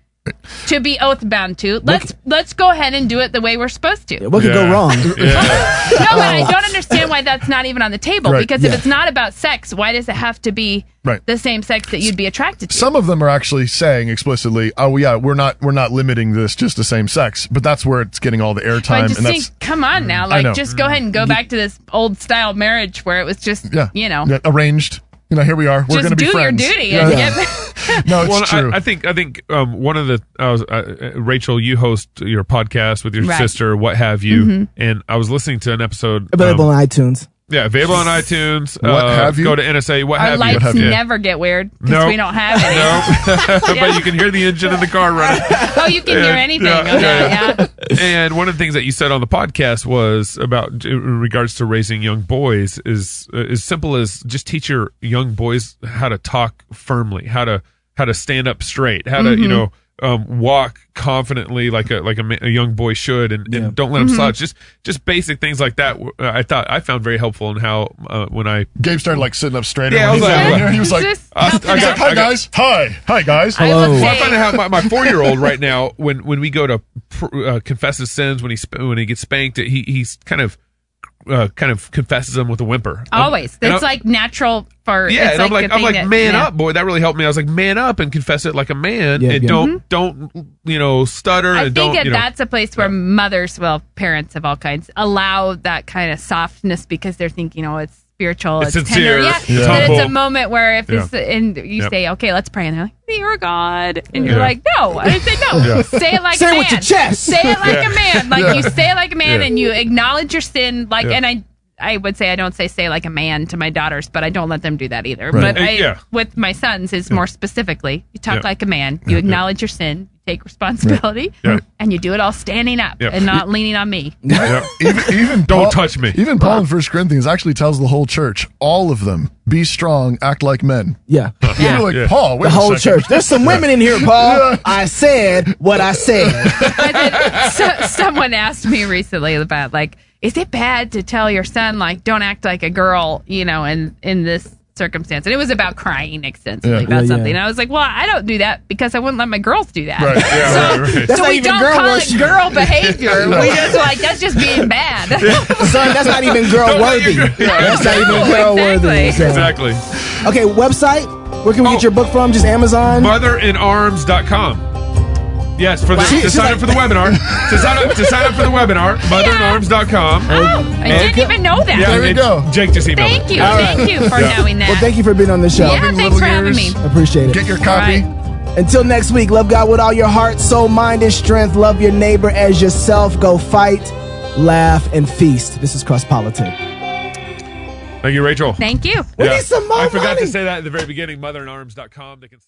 Speaker 12: to be oath bound to? Let's let's go ahead and do it the way we're supposed to.
Speaker 10: What could go
Speaker 11: Yeah.
Speaker 10: wrong?
Speaker 12: No, but I don't understand why that's not even on the table.
Speaker 1: Right,
Speaker 12: Because if
Speaker 1: yeah.
Speaker 12: it's not about sex, why does it have to be
Speaker 1: Right.
Speaker 12: the same sex that you'd be attracted to?
Speaker 1: Some of them are actually saying explicitly, "Oh yeah, we're not we're not limiting this just to same sex," but that's where it's getting all the
Speaker 12: Like,
Speaker 1: airtime,
Speaker 12: just
Speaker 1: and
Speaker 12: think,
Speaker 1: that's
Speaker 12: come on now,
Speaker 1: I know.
Speaker 12: like just go ahead and go back to this old style marriage where it was just,
Speaker 1: yeah,
Speaker 12: you know,
Speaker 1: Yeah, arranged. You know, here we are. We're
Speaker 12: just
Speaker 1: going to be
Speaker 12: do your
Speaker 1: friends.
Speaker 12: duty
Speaker 1: Yeah.
Speaker 12: and
Speaker 1: Yeah.
Speaker 12: get
Speaker 1: no, it's
Speaker 11: well,
Speaker 1: true.
Speaker 11: I, I think I think um, one of the I was, uh, uh, Rachel, you host your podcast with your
Speaker 10: Right.
Speaker 11: sister, what have you,
Speaker 12: Mm-hmm.
Speaker 10: Mhm.
Speaker 11: and I was listening to an episode.
Speaker 10: Available
Speaker 11: um,
Speaker 10: on iTunes.
Speaker 11: yeah, available on iTunes.
Speaker 10: What
Speaker 11: uh,
Speaker 10: have you?
Speaker 11: Go to NSA. What
Speaker 12: our
Speaker 11: have you?
Speaker 12: lights
Speaker 11: Yeah.
Speaker 12: never get weird because
Speaker 11: Nope.
Speaker 12: we don't have any.
Speaker 11: but you can hear the engine in the car running.
Speaker 12: Oh, you can hear
Speaker 11: Yeah,
Speaker 12: anything.
Speaker 11: yeah,
Speaker 12: on that,
Speaker 11: yeah,
Speaker 12: yeah.
Speaker 11: and one of the things that you said on the podcast was about in regards to raising young boys is uh, as simple as just teach your young boys how to talk firmly, how to how to stand up straight, how to you
Speaker 6: Mhm.
Speaker 11: know um, walk confidently like a like a, ma- a young boy should, and, and don't let him
Speaker 6: Mhm.
Speaker 11: slouch. Just just basic things like that. were- uh, I thought I found very helpful in how uh, when I
Speaker 1: Gabe started like sitting up straighter.
Speaker 11: Yeah, I
Speaker 1: when
Speaker 11: was
Speaker 1: he
Speaker 11: like,
Speaker 1: was down here. He was
Speaker 11: Is
Speaker 1: like,
Speaker 11: this
Speaker 1: I- I
Speaker 11: happening?
Speaker 1: was like,
Speaker 11: I
Speaker 1: "Hi
Speaker 11: got-
Speaker 1: guys, hi, hi guys,
Speaker 11: Well, I find out how my, my four year old right now, when, when we go to pr- uh, confess his sins, when he sp- when he gets spanked, he he's kind of uh, kind of confesses them with a whimper. I'm-
Speaker 12: Always.
Speaker 11: and I'm-
Speaker 12: It's like natural for.
Speaker 11: yeah,
Speaker 12: it's
Speaker 11: and I'm like
Speaker 12: the
Speaker 11: I'm
Speaker 12: thing
Speaker 11: like
Speaker 12: that-
Speaker 11: man
Speaker 12: yeah.
Speaker 11: up, boy. That really helped me. I was like man up and confess it like a man,
Speaker 10: Yeah,
Speaker 11: and
Speaker 10: yeah.
Speaker 11: don't don't you know stutter
Speaker 12: Mm-hmm. I
Speaker 11: and
Speaker 12: think
Speaker 11: don't
Speaker 12: that
Speaker 11: you know.
Speaker 12: that's a place where mothers, well, parents of all kinds, allow that kind of softness because they're thinking, oh, it's spiritual,
Speaker 11: It's
Speaker 12: it's,
Speaker 11: sincere,
Speaker 12: tender. Yeah,
Speaker 11: yeah.
Speaker 12: That it's a
Speaker 11: Humble.
Speaker 12: moment where if
Speaker 11: Yeah.
Speaker 12: it's and you
Speaker 11: Yep.
Speaker 12: say, okay, let's pray, and they're like, you're God, and you're
Speaker 11: Yeah.
Speaker 12: like, no, I didn't say no.
Speaker 11: Yeah.
Speaker 12: Say it like
Speaker 10: Say
Speaker 12: a
Speaker 10: it
Speaker 12: man.
Speaker 10: with your chest.
Speaker 12: Say it like
Speaker 10: Yeah.
Speaker 12: a man. Like
Speaker 10: Yeah.
Speaker 12: you say it like a man,
Speaker 10: Yeah.
Speaker 12: and you acknowledge your sin. Like,
Speaker 11: Yeah.
Speaker 12: and I, I would say I don't say say like a man to my daughters, but I don't let them do that either.
Speaker 11: Right.
Speaker 12: But
Speaker 11: Uh,
Speaker 12: I,
Speaker 11: yeah.
Speaker 12: with my sons, is more specifically, you talk
Speaker 11: Yeah.
Speaker 12: like a man, you
Speaker 11: Yeah.
Speaker 12: acknowledge your sin, you take responsibility,
Speaker 11: Yeah. Yeah.
Speaker 12: and you do it all standing up
Speaker 1: Yeah.
Speaker 12: and not leaning on me.
Speaker 1: even, even
Speaker 11: Don't
Speaker 1: Paul-
Speaker 11: touch me.
Speaker 1: Even Paul in First Corinthians actually tells the whole church, all of them, be strong, act like men.
Speaker 10: Yeah,
Speaker 1: You're like Paul. Wait
Speaker 10: the
Speaker 1: a
Speaker 10: whole
Speaker 1: second."
Speaker 10: church. There's some women in here, Paul. I said what I said.
Speaker 12: so, someone asked me recently about like, is it bad to tell your son like, don't act like a girl, you know, in in this circumstance? And it was about crying extensively
Speaker 10: Yeah.
Speaker 12: about
Speaker 10: Yeah,
Speaker 12: something.
Speaker 10: yeah.
Speaker 12: And I was like, well, I don't do that because I wouldn't let my girls do that.
Speaker 11: Right, yeah, right,
Speaker 12: so,
Speaker 11: right.
Speaker 12: so
Speaker 11: That's not
Speaker 12: we
Speaker 11: even
Speaker 12: don't
Speaker 11: girl
Speaker 12: call it
Speaker 11: worship.
Speaker 12: girl behavior.
Speaker 11: No.
Speaker 12: We just like that's just being bad.
Speaker 10: Son, that's not even girl
Speaker 11: Don't let
Speaker 10: worthy.
Speaker 11: your girl-
Speaker 10: That's not even girl worthy. So-
Speaker 11: Exactly.
Speaker 10: Okay, website. Where can
Speaker 1: Oh.
Speaker 10: we get your book from? Just Amazon.
Speaker 11: Motherinarms.com. Yes, for the,
Speaker 10: Wow.
Speaker 11: to
Speaker 10: She's
Speaker 11: sign up for the webinar. to sign up to sign up for the webinar, motherinarms.com.
Speaker 12: Oh,
Speaker 11: And-
Speaker 12: I didn't even know that.
Speaker 11: Yeah, it's- Jake just emailed.
Speaker 12: Thank
Speaker 11: me.
Speaker 12: you. Thank you for
Speaker 11: Yeah.
Speaker 12: knowing that.
Speaker 10: Well, thank you for being on the show.
Speaker 12: Yeah, Loving thanks little for having ears. me.
Speaker 10: Appreciate it.
Speaker 1: Get your copy.
Speaker 10: Until next week, love God with all your heart, soul, mind, and strength. Love your neighbor as yourself. Go fight, laugh, and feast. This is Cross Politic.
Speaker 11: Thank you, Rachel.
Speaker 12: Thank you.
Speaker 10: We need some more
Speaker 11: I forgot
Speaker 10: money.
Speaker 11: to say that at the very beginning, motherinarms.com. They can